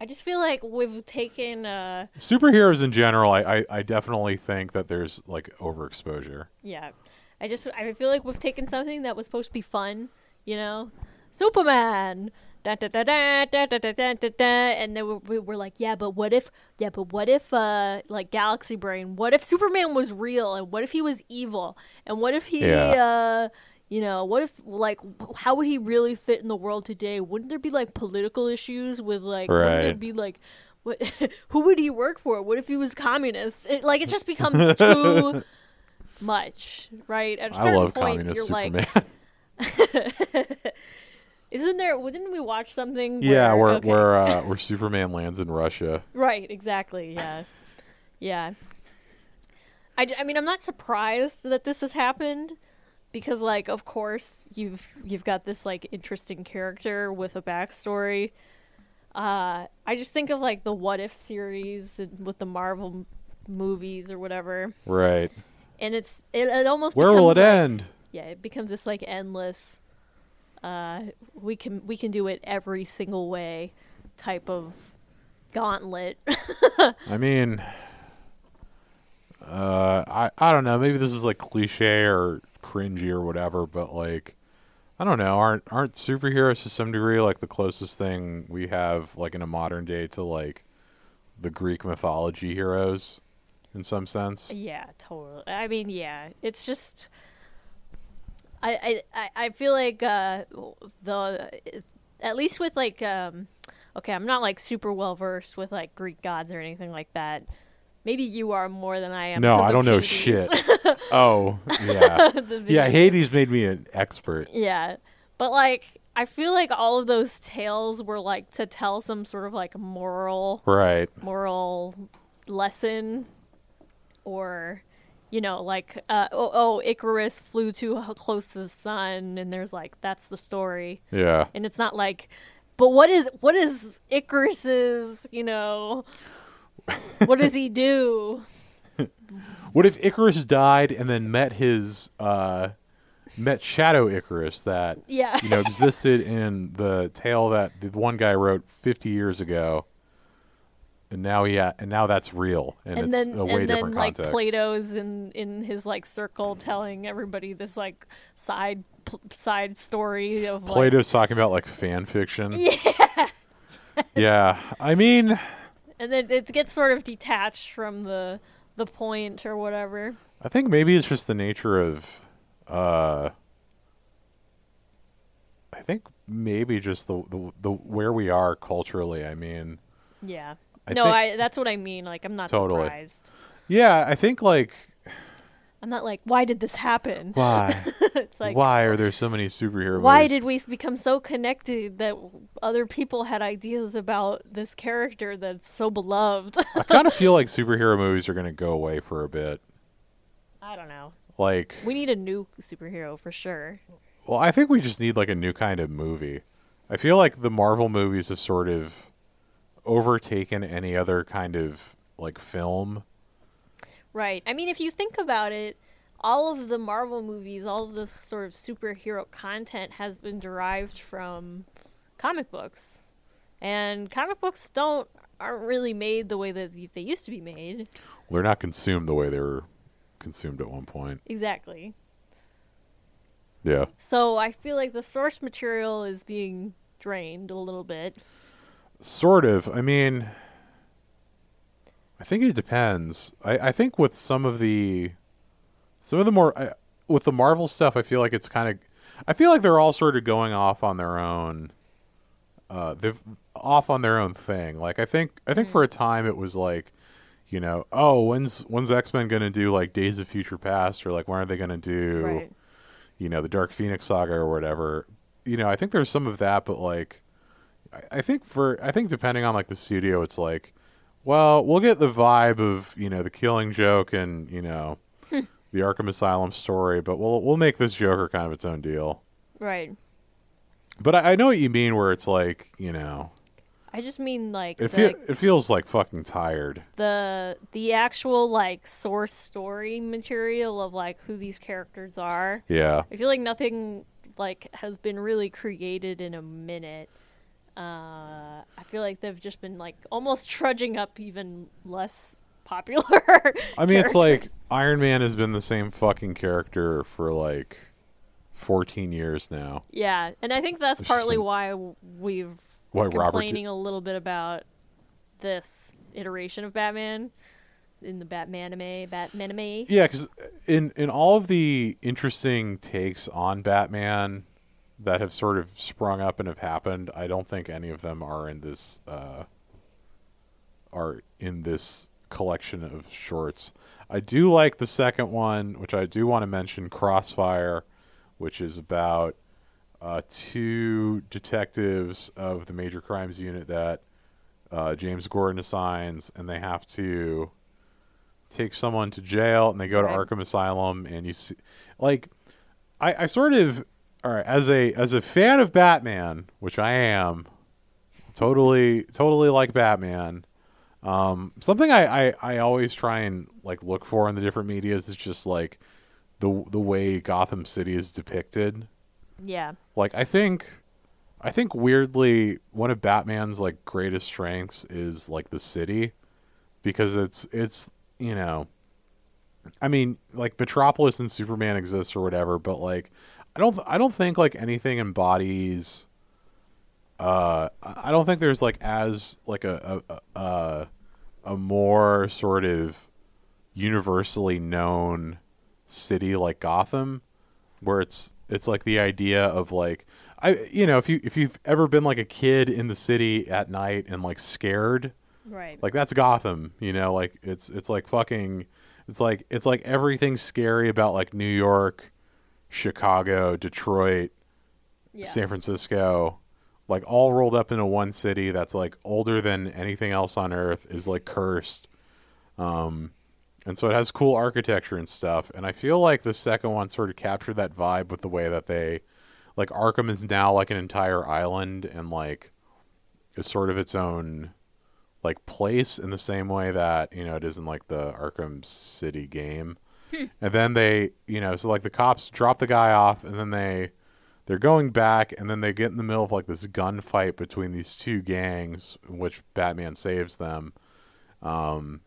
I just feel like we've taken uh superheroes in general I, I i definitely think that there's like overexposure yeah. I just I feel like we've taken something that was supposed to be fun, you know? Superman. Da, da, da, da, da, da, da, da, da, da. And then we- we were like, yeah, but what if, yeah, but what if, uh, like Galaxy Brain? What if Superman was real? And what if he was evil? And what if he, uh, you know, what if, like, how would he really fit in the world today? Wouldn't there be like political issues with like, wouldn't there Right. be like, what, who would he work for? What if he was communist? It, like, it just becomes too much, right? At a i certain love point, communist you're superman like, isn't there? Didn't we watch something? yeah where, where okay. where uh where superman lands in russia Right, exactly. Yeah. yeah. I, d- I mean, I'm not surprised that this has happened because like of course you've you've got this like interesting character with a backstory. Uh I just think of like the what if series and with the Marvel m- movies or whatever. right And it's it, it almost where will it becomes, like- end yeah, it becomes this like endless uh we can we can do it every single way type of gauntlet. i mean uh i i don't know maybe this is like cliche or cringy or whatever but like i don't know aren't aren't superheroes to some degree like the closest thing we have like in a modern day to like the greek mythology heroes in some sense Yeah, totally. I mean, yeah, it's just. I I I I feel like uh, the at least with like um, okay, I'm not like super well versed with like Greek gods or anything like that. Maybe you are more than I am. No, 'cause I of don't know Hades. shit. oh, yeah. The yeah, video- Hades made me an expert. Yeah, but like I feel like all of those tales were like to tell some sort of like moral Right. moral lesson or you know like uh, oh, oh icarus flew too h- close to the sun and there's like that's the story Yeah. and it's not like but what is what is icarus's you know what does he do What if Icarus died and then met his uh met Shadow Icarus that yeah you know existed in the tale that the one guy wrote 50 years ago. And now yeah, and now that's real and, and it's then a way and then different like context. plato's in in his like circle telling everybody this like side pl- side story of like, Plato's talking about like fan fiction. Yeah. yeah. I mean, and then it gets sort of detached from the the point or whatever. I think maybe it's just the nature of uh I think maybe just the the, the where we are culturally. I mean, Yeah. I no, think- I that's what I mean. Like I'm not Totally. surprised. yeah, I think like I'm not like why did this happen? why it's like why are there so many superhero why movies? did we become so connected that other people had ideas about this character that's so beloved? I kind of feel like superhero movies are going to go away for a bit. I don't know. Like We need a new superhero for sure. Well, I think we just need like a new kind of movie. I feel like the Marvel movies have sort of overtaken any other kind of like film. Right. I mean, if you think about it, all of the Marvel movies, all of this sort of superhero content has been derived from comic books. And comic books don't aren't really made the way that they used to be made. They're not consumed the way they were consumed at one point. Exactly. Yeah. So I feel like the source material is being drained a little bit. Sort of. I mean, I think it depends. I, I think with some of the, some of the more I, with the Marvel stuff, I feel like it's kind of, I feel like they're all sort of going off on their own. Uh, they've off on their own thing. Like I think, I think for a time it was like, you know, oh, when's when's X Men going to do like Days of Future Past or like when are they going to do Right. you know the Dark Phoenix saga or whatever? You know, I think there's some of that, but like, I, I think for I think depending on like the studio, it's like, well, we'll get the vibe of you know the Killing Joke and you know Hmm. the Arkham Asylum story, but we'll we'll make this Joker kind of its own deal. Right. But I, I know what you mean, where it's like you know I just mean like it the, feel, it feels like fucking tired. the the actual like source story material of like who these characters are. Yeah, I feel like nothing like has been really created in a minute. Uh, I feel like they've just been like almost trudging up even less popular. I mean, it's like characters. Iron Man has been the same fucking character for like 14 years now. yeah, and I think that's It's just partly been- why w- we've Why been Robert? complaining a little bit about this iteration of Batman in the Batman anime, Batman anime. Yeah, because in in all of the interesting takes on Batman that have sort of sprung up and have happened, I don't think any of them are in this uh, are in this collection of shorts. I do like the second one, which I do want to mention, Crossfire, which is about uh, two detectives of the major crimes unit that uh, James Gordon assigns, and they have to take someone to jail, and they go to Right. Arkham Asylum, and you see, like, I, I sort of, all right, as a as a fan of Batman, which I am, totally totally like Batman. Um, something I, I I always try and like look for in the different medias is just like the the way Gotham City is depicted Yeah, like i think i think weirdly one of batman's like greatest strengths is like the city because it's it's you know i mean like metropolis and superman exists or whatever but like i don't i don't think like anything embodies uh i I don't think there's like as like a a a, a- a more sort of universally known city like gotham where it's it's like the idea of like I you know if you if you've ever been like a kid in the city at night and like scared right. like that's Gotham you know like it's it's like fucking it's like it's like everything scary about like New York, Chicago, Detroit, yeah. San Francisco, like all rolled up into one city that's like older than anything else on earth is like cursed. Um, and so it has cool architecture and stuff. And I feel like the second one sort of captured that vibe with the way that they, like Arkham is now like an entire island and like is sort of its own like place in the same way that you know it is in like the Arkham City game. And then they, you know, so like the cops drop the guy off, and then they they're going back and then they get in the middle of like this gunfight between these two gangs in which batman saves them um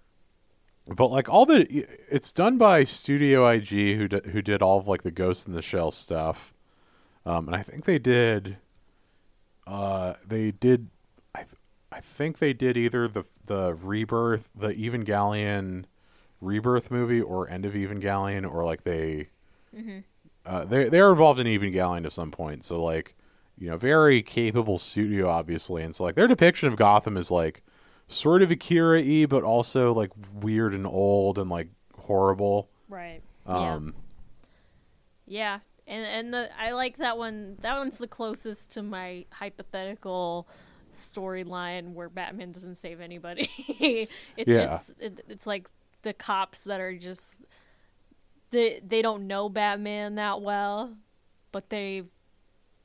but like all the it's done by studio ig who d- who did all of like the ghost in the shell stuff um and i think they did uh they did i th- i think they did either the the rebirth the evangelion rebirth movie or end of evangelion or like they uh, they they're involved in Evangelion to some point. So like, you know, very capable studio, obviously. And so like, their depiction of Gotham is like sort of Akira y, but also like weird and old and like horrible. Right. Um, yeah. yeah. And and the I like that one. That one's the closest to my hypothetical storyline where Batman doesn't save anybody. it's Yeah. just it, it's like the cops that are just they they don't know Batman that well, but they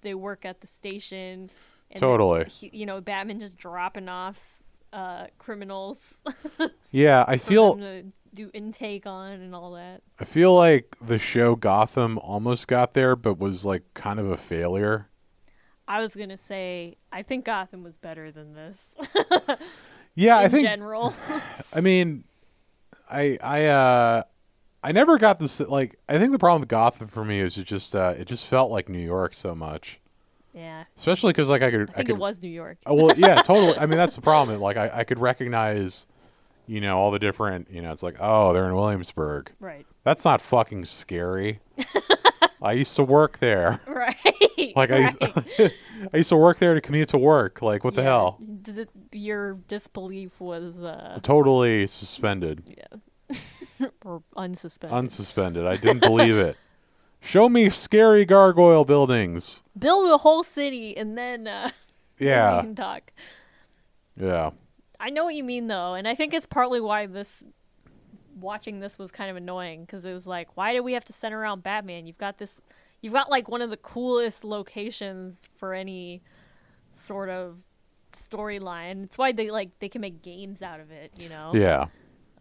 they work at the station. And Totally. he- you know, Batman just dropping off uh, criminals for yeah, I them feel to do intake on and all that. I feel like the show Gotham almost got there, but was like kind of a failure. I was gonna say I think Gotham was better than this Yeah, in I think general. I mean, I I uh I never got this like I think the problem with Gotham for me is it just uh it just felt like New York so much. yeah, Especially cuz like I could I think could it was New York. Oh, well, yeah, totally. I mean, that's the problem. Like, I, I could recognize, you know, all the different, you know, it's like, oh, they're in Williamsburg. Right, That's not fucking scary. I used to work there. right. Like, I used, I used to work there to commute to work. Like, what the hell? d- your disbelief was uh, Totally suspended. or unsuspended. Unsuspended. I didn't believe it. Show me scary gargoyle buildings. Build a whole city and then uh, we Yeah. can talk. Yeah. I know what you mean though, and I think it's partly why this watching this was kind of annoying because it was like, why do we have to center around Batman? You've got this, you've got like one of the coolest locations for any sort of storyline. It's why they like they can make games out of it, you know? Yeah.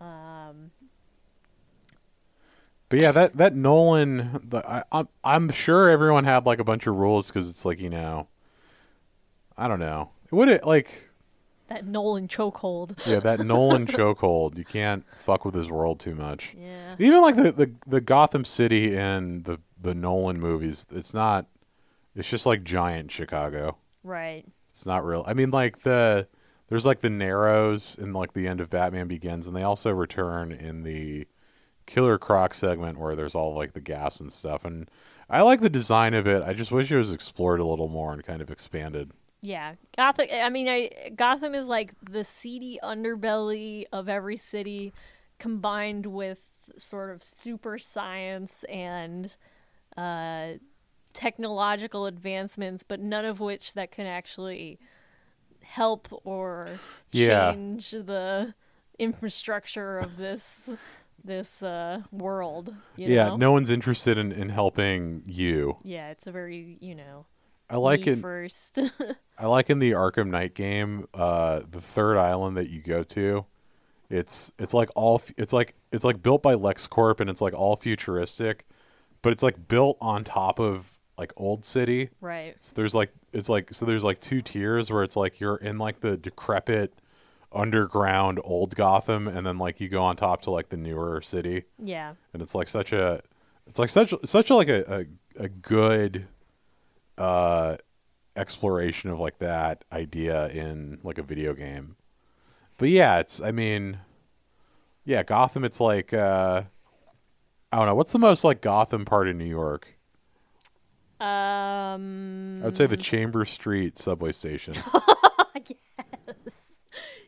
Oh. Um, But yeah, that that Nolan, the, I, I'm I'm sure everyone had like a bunch of rules because it's like you know, I don't know. Would it like that Nolan chokehold. yeah that Nolan chokehold? You can't fuck with his world too much. Yeah. Even like the, the the Gotham City and the the Nolan movies, it's not. It's just like giant Chicago. Right. It's not real. I mean, like the there's like the Narrows in like the end of Batman Begins, and they also return in the Killer Croc segment where there's all like the gas and stuff. And I like the design of it. I just wish it was explored a little more and kind of expanded. Yeah. Gotham I mean I, Gotham is like the seedy underbelly of every city combined with sort of super science and uh technological advancements but none of which that can actually help or Yeah. change the infrastructure of this this uh world you yeah, know? no one's interested in in helping you. yeah it's a very you know I like me it. first I like in the Arkham Knight game, uh, the third island that you go to. It's it's like all f- it's like it's like built by LexCorp and it's like all futuristic, but it's like built on top of like old city. right So there's like it's like so there's like two tiers where it's like you're in like the decrepit underground old Gotham and then like you go on top to like the newer city yeah and it's like such a it's like such such like a a, a good uh exploration of like that idea in like a video game but yeah it's i mean yeah gotham it's like uh i don't know what's the most like gotham part of new york um i would say the chamber street subway station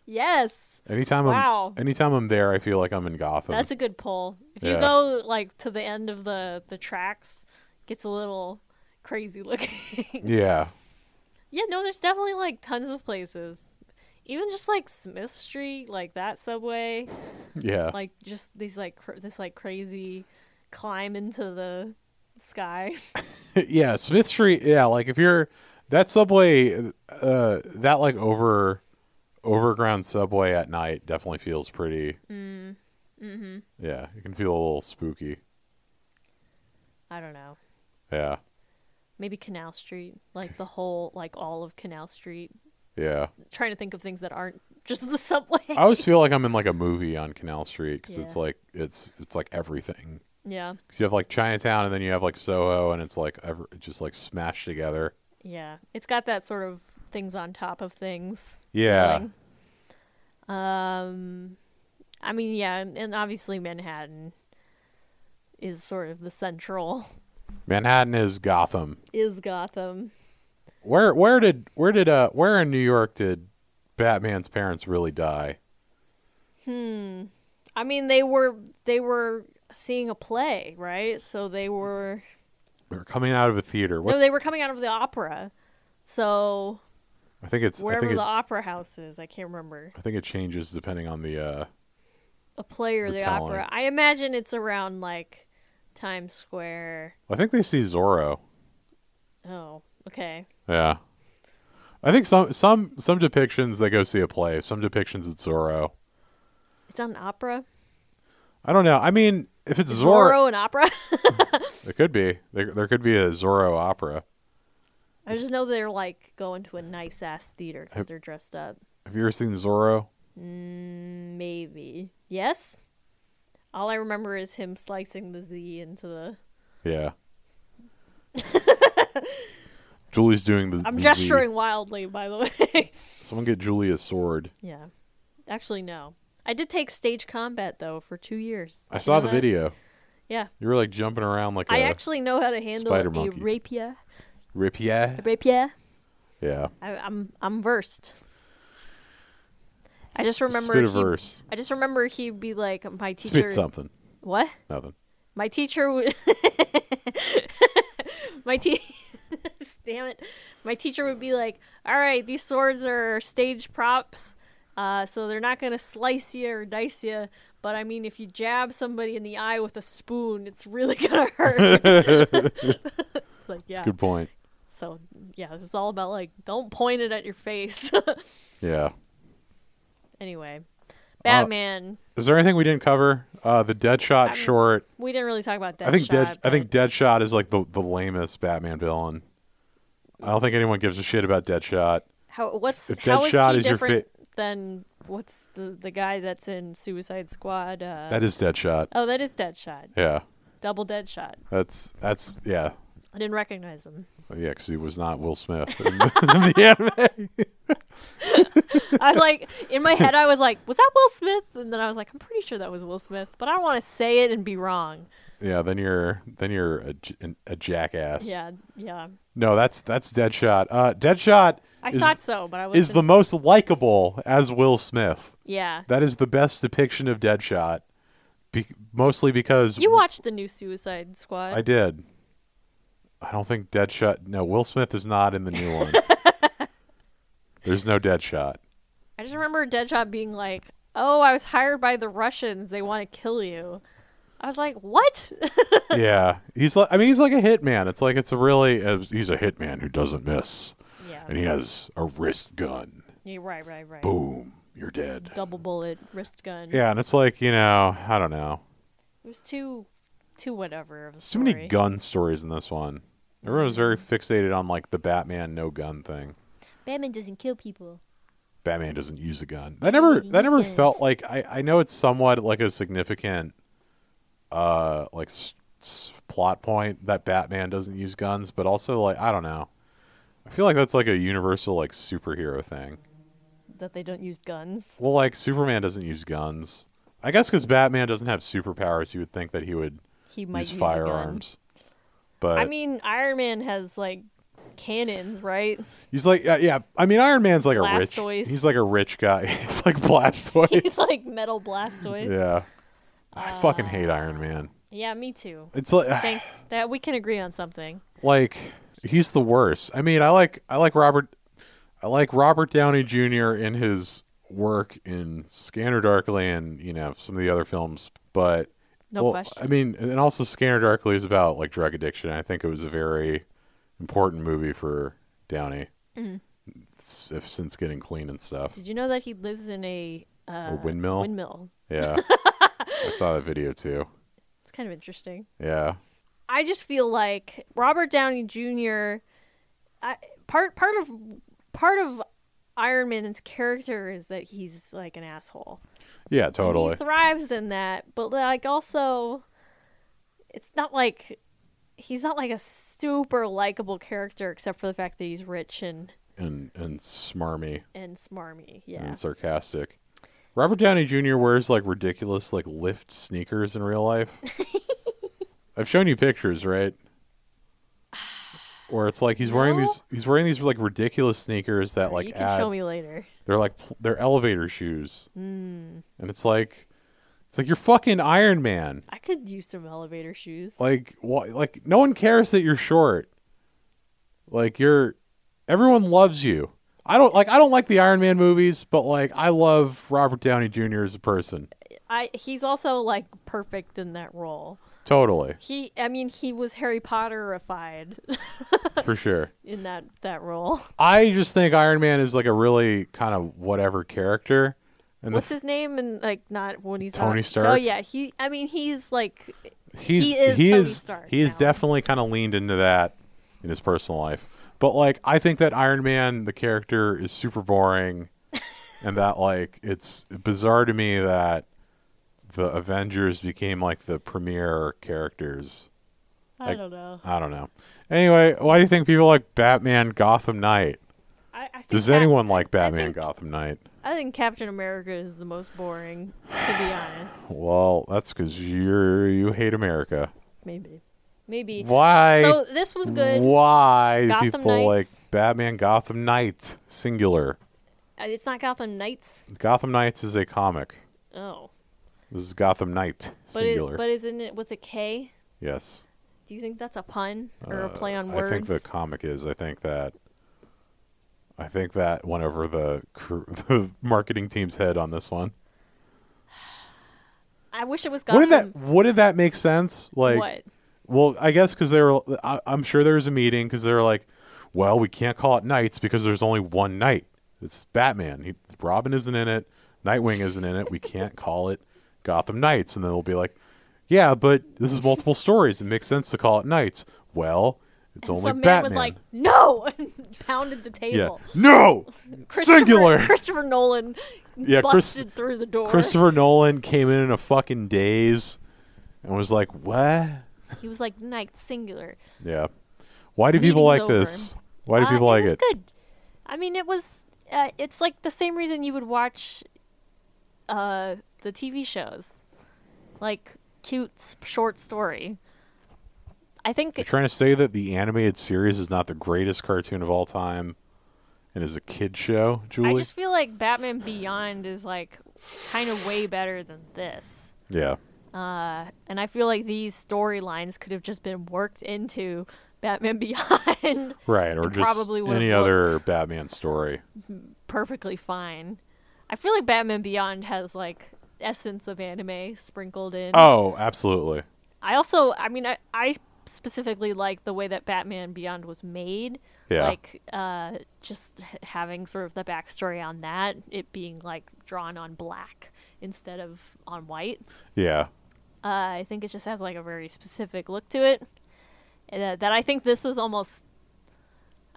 Yes. anytime Wow. i'm anytime i'm there i feel like i'm in gotham That's a good pull. If you Yeah. go like to the end of the the tracks, gets a little crazy looking. yeah yeah, no, there's definitely like tons of places. Even just like Smith Street, like that subway, yeah like just these like cr- this like crazy climb into the sky. yeah, Smith Street. Yeah, like if you're that subway, uh, that like over overground subway at night definitely feels pretty. mhm. Yeah, it can feel a little spooky. I don't know. Yeah, Maybe Canal Street, like the whole like all of Canal Street. yeah. trying to think of things that aren't just the subway. I always feel like I'm in like a movie on Canal Street because it's Yeah. like it's it's like everything. yeah. Because you have like Chinatown and then you have like Soho and it's like ever, just like smashed together. Yeah, it's got that sort of things on top of things. Yeah, feeling. Um, I mean, yeah, and, and obviously Manhattan is sort of the central Manhattan is Gotham. is Gotham. Where where did where did uh where in New York did Batman's parents really die? I mean, they were they were seeing a play, right? So they were They're coming out of a theater. What no, they were coming out of the opera. So I think it's. I wherever think, the it, opera house is, I can't remember. I think it changes depending on the. Uh, A play or The the, talent. opera. I imagine it's around like Times Square. I think they see Zorro. Oh, okay. Yeah, I think some some some depictions they go see a play. Some depictions it's Zorro. It's on opera. I don't know. I mean, if it's Zorro, Zorro and opera. it could be. There, there could be a Zorro opera. I just know they're like going to a nice ass theater Have- because they're dressed up. Have you ever seen Zorro? Mm, maybe yes. All I remember is him slicing the Z into the. Yeah. Julie's doing the. I'm the gesturing Z. wildly, by the way. Someone get Julie a sword. yeah, actually no. I did take stage combat though for two years. I You saw know the that? video. Yeah, You were like jumping around like I a actually know how to handle Spider a monkey. rapier. rip. Yeah. A rapier. Yeah. I, I'm I'm versed. I just remember spit a he- verse. I just remember he'd be like, my teacher. Spit something. What? Nothing. My teacher would. my te- Damn it. My teacher would be like, all right, these swords are stage props, uh, so they're not going to slice you or dice you. But I mean, if you jab somebody in the eye with a spoon, it's really going to hurt. like, yeah. Good point. So, yeah, it was all about, like, don't point it at your face. Yeah. anyway, Uh, Batman. Is there anything we didn't cover? Uh, the Deadshot I'm- short. we didn't really talk about Deadshot. I think Dead. I but- think Deadshot is like the the lamest Batman villain. I don't think anyone gives a shit about Deadshot. How what's If how is Deadshot he is your different than what's the the guy that's in Suicide Squad? Uh, That is Deadshot. oh, that is Deadshot, Yeah. double Deadshot. That's that's yeah. I didn't recognize him. Yeah, because he was not Will Smith in the anime. I was like, in my head, I was like, was that Will Smith? And then I was like, I'm pretty sure that was Will Smith, but I don't want to say it and be wrong. Yeah, then you're then you're a, j- an- a jackass. Yeah, yeah. No, that's that's Deadshot. Uh, Deadshot I is, thought so, but I was is the most likable as Will Smith. yeah. That is the best depiction of Deadshot, be- mostly because You watched the new Suicide Squad? I did. I don't think Deadshot. No, Will Smith is not in the new one. There's no Deadshot. I just remember Deadshot being like, "Oh, I was hired by the Russians. They want to kill you." I was like, "What?" yeah, he's like. I mean, he's like a hitman. It's like it's a really. Uh, he's a hitman who doesn't miss, yeah. and he has a wrist gun. yeah. Right. Right. Right. Boom, you're dead. double bullet wrist gun. Yeah, and it's like you know, I don't know. It was too, too whatever. Of a So many story. gun stories in this one. Everyone was very fixated on like the Batman no gun thing. Batman doesn't kill people. Batman doesn't use a gun. That never that never Yes. felt like I I know it's somewhat like a significant uh like s- s- plot point that Batman doesn't use guns, but also like I don't know. I feel like that's like a universal like superhero thing. That they don't use guns. Well, like Superman doesn't use guns. I guess cuz Batman doesn't have superpowers, you would think that he would He might use, use firearms. But A gun. I mean, Iron Man has like cannons, right? He's like, uh, yeah. I mean, Iron Man's like a Blastoise. rich. He's like a rich guy. He's like Blastoise. He's Uh, like metal blastoise. yeah. I fucking hate Iron Man. Yeah, me too. It's like, Thanks. That we can agree on something. like he's the worst. I mean, I like, I like Robert, I like Robert Downey Jr. in his work in Scanner Darkly and you know some of the other films, but No well, question. I mean, and also Scanner Darkly is about like drug addiction. I think it was a very important movie for Downey. Mm-hmm. S- if- Since getting clean and stuff, Did you know that he lives in a, uh, windmill? Windmill. Yeah. I saw that video too. It's kind of interesting. Yeah. I just feel like Robert Downey Jr. I, part part of part of Iron Man's character is that he's like an asshole. Yeah, And totally. he thrives in that, but like also, it's not like he's not like a super likable character, except for the fact that he's rich and And and smarmy and smarmy. Yeah, and sarcastic. Robert Downey Jr. wears like ridiculous like lift sneakers in real life. I've shown you pictures, right? Where it's like he's wearing No. these he's wearing these like ridiculous sneakers that Or like you can add, show me later. they're like pl- they're elevator shoes. Hmm. And it's like it's like you're fucking Iron Man. I could use some elevator shoes. Like wh- like no one cares that you're short. Like you're everyone loves you. I don't like I don't like the Iron Man movies, but like I love Robert Downey Jr. as a person. I he's also like perfect in that role. Totally. He, I mean, he was Harry Potterified For sure. in that that role. I just think Iron Man is like a really kind of whatever character. And the, What's his name? And like not when he's Tony not- Stark? Oh yeah, he. I mean, he's like f- he's he is he Tony is, Stark he is now. definitely kind of leaned into that in his personal life. But like I think that Iron Man the character is super boring and that like it's bizarre to me that the Avengers became like the premier characters. I Like- don't know. I don't know. Anyway, why do you think people like Batman Gotham Knight? I, I think Does Cap- anyone like Batman think- Gotham Knight? I think Captain America is the most boring, to be honest. Well, that's cuz you're you hate America. Maybe, maybe. Why? So this was good. Why do Gotham people Knights. like Batman Gotham Knight singular? Uh, It's not Gotham Knights. Gotham Knights is a comic. Oh, This is Gotham Knight but it, singular. but isn't it with a K? yes. Do you think that's a pun or a play on Uh, I words? think the comic is. I think that. I think that went over the cr- the marketing team's head on this one. I wish it was What Gotham. did that? What did that make sense? Like, what? well, I guess because they were. I, I'm sure there was a meeting because they were like, well, we can't call it Knights because there's only one Knight. It's Batman. He, Robin isn't in it. Nightwing isn't in it. We can't call it Gotham Knights. And then they'll be like, yeah, but this is multiple stories. It makes sense to call it Knights. Well, it's And only Some man Batman. was like, "No!" and pounded the table. No. Christopher, Singular. Christopher Nolan Yeah, Chris- busted through the door. Christopher Nolan came in in a fucking daze and was like, "What? He was like, "Night singular." Yeah. Why do people like Meeting's this? Why do Uh, people it like was it? Good. I mean, it was. Uh, it's like the same reason you would watch uh, the TV shows, like cute s- short story. I think You're trying to say that the animated series is not the greatest cartoon of all time and is a kid show, Julie? I just feel like Batman Beyond is like kind of way better than this. yeah. Uh, and I feel like these storylines could have just been worked into Batman Beyond Right, or It just probably would've any looked- other Batman story. perfectly fine. I feel like Batman Beyond has like essence of anime sprinkled in. Oh, absolutely. I also, I mean, I, I specifically like the way that Batman Beyond was made. Yeah. Like, uh, just h- having sort of the backstory on that, it being like drawn on black instead of on white. Yeah. Uh, I think it just has like a very specific look to it. And, uh, that I think this was almost.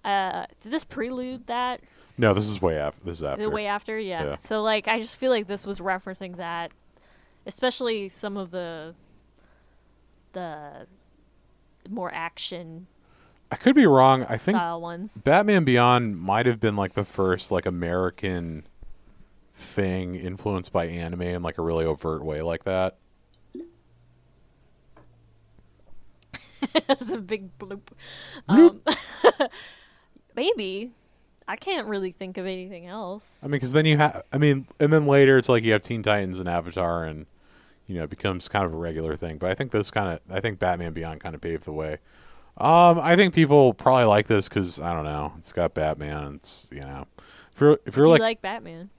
Uh, did this prelude that? No, this is way after this is after. The way after, yeah. Yeah. So like, I just feel like this was referencing that, especially some of the the more action I could be wrong. I think style ones. Batman Beyond might have been like the first like American thing influenced by anime in like a really overt way like that. That's a big bloop. Um, maybe I can't really think of anything else. I mean, because then you have, I mean, and then later it's like you have Teen Titans and Avatar, and you know, it becomes kind of a regular thing. But I think this kind of, I think Batman Beyond kind of paved the way. Um, I think people probably like this because I don't know, it's got Batman. and It's you know, if you're if If you're you like, like, Batman.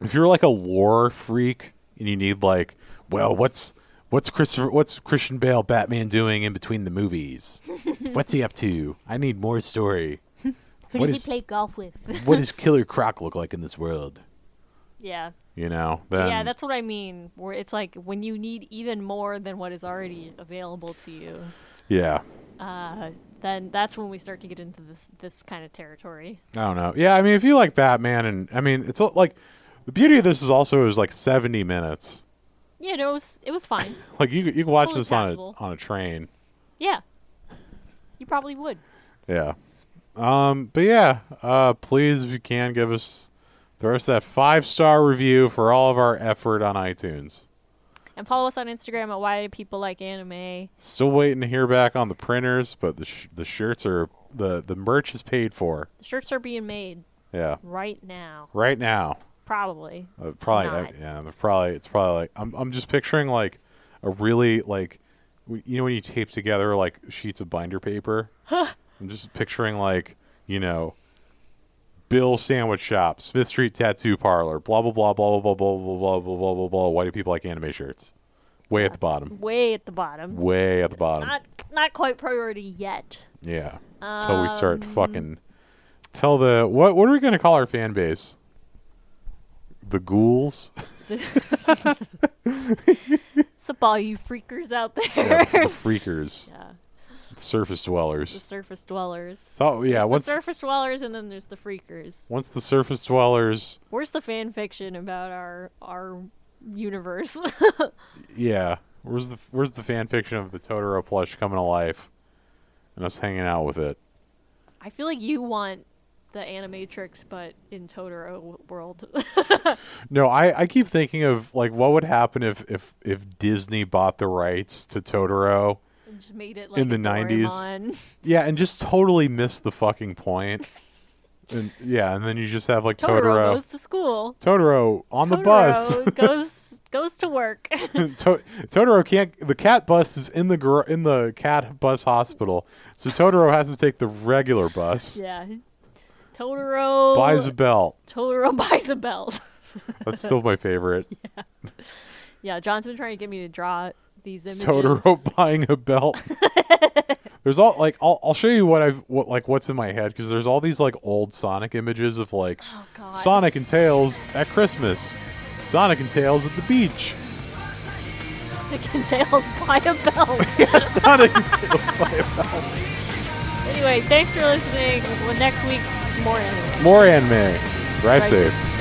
if you're like a lore freak and you need like, well, what's what's Christopher, what's Christian Bale Batman doing in between the movies? what's he up to? I need more story. Who What does is- he play golf with? what does Killer Croc look like in this world? yeah. You know, then yeah, that's what I mean. Where it's like when you need even more than what is already available to you, yeah. uh, then that's when we start to get into this this kind of territory. I don't know. Yeah, I mean, if you like Batman, and I mean, it's like the beauty of this is also is like seventy minutes. Yeah, no, it was it was fine. Like you, you can watch Totally this on a, passable. on a train. yeah, you probably would. Yeah. Um. But yeah. Uh. Please, if you can, give us throw us that five star review for all of our effort on iTunes. And follow us on Instagram at Why Do People Like Anime? Still waiting to hear back on the printers, but the sh- the shirts are the the merch is paid for. The shirts are being made Yeah. right now, Right now. probably. Uh, probably, uh, Not. yeah. they're Probably, it's probably like I'm. I'm just picturing like a really like, w- you know, when you tape together like sheets of binder paper. I'm just picturing like you know, Bill Sandwich Shop, Smith Street Tattoo Parlor, blah blah blah blah blah blah blah blah blah blah blah blah. Why do people like anime shirts? Way at the bottom. Way at the bottom. Way at the bottom. Not not quite priority yet. Yeah. Until we um, start fucking. Tell the what? What are we gonna call our fan base? The ghouls. What's up, all you freakers out yeah, there? the, the freakers, Yeah, surface the dwellers. surface dwellers. Oh yeah, There's once the surface dwellers, and then there's the freakers. once the surface dwellers, Where's the fan fiction about our our universe? yeah. Where's the where's the fan fiction of the Totoro plush coming to life, and us hanging out with it? I feel like you want the animatrix, but in Totoro w- world. No, I I keep thinking of like what would happen if if if Disney bought the rights to Totoro, And just made it like In the a 90s. Doraemon. yeah, and just totally missed the fucking point. And, yeah, and then you just have like Totoro, Totoro. goes to school. Totoro on the bus. Totoro goes goes to work. to- Totoro can't. The cat bus is in the gar- in the cat bus hospital, so Totoro has to take the regular bus. yeah. Totoro Buys a belt. Totoro buys a belt. That's still my favorite. yeah, John's been trying to get me to draw these images. Totoro buying a belt. there's all like I'll, I'll show you what I've what like what's in my head because there's all these like old Sonic images of like Oh god. Sonic and Tails at Christmas, Sonic and Tails at the beach, Dick and Tails buy a belt. Sonic. and- anyway, thanks for listening. Well, next week, more anime. More anime. Drive Drive safe.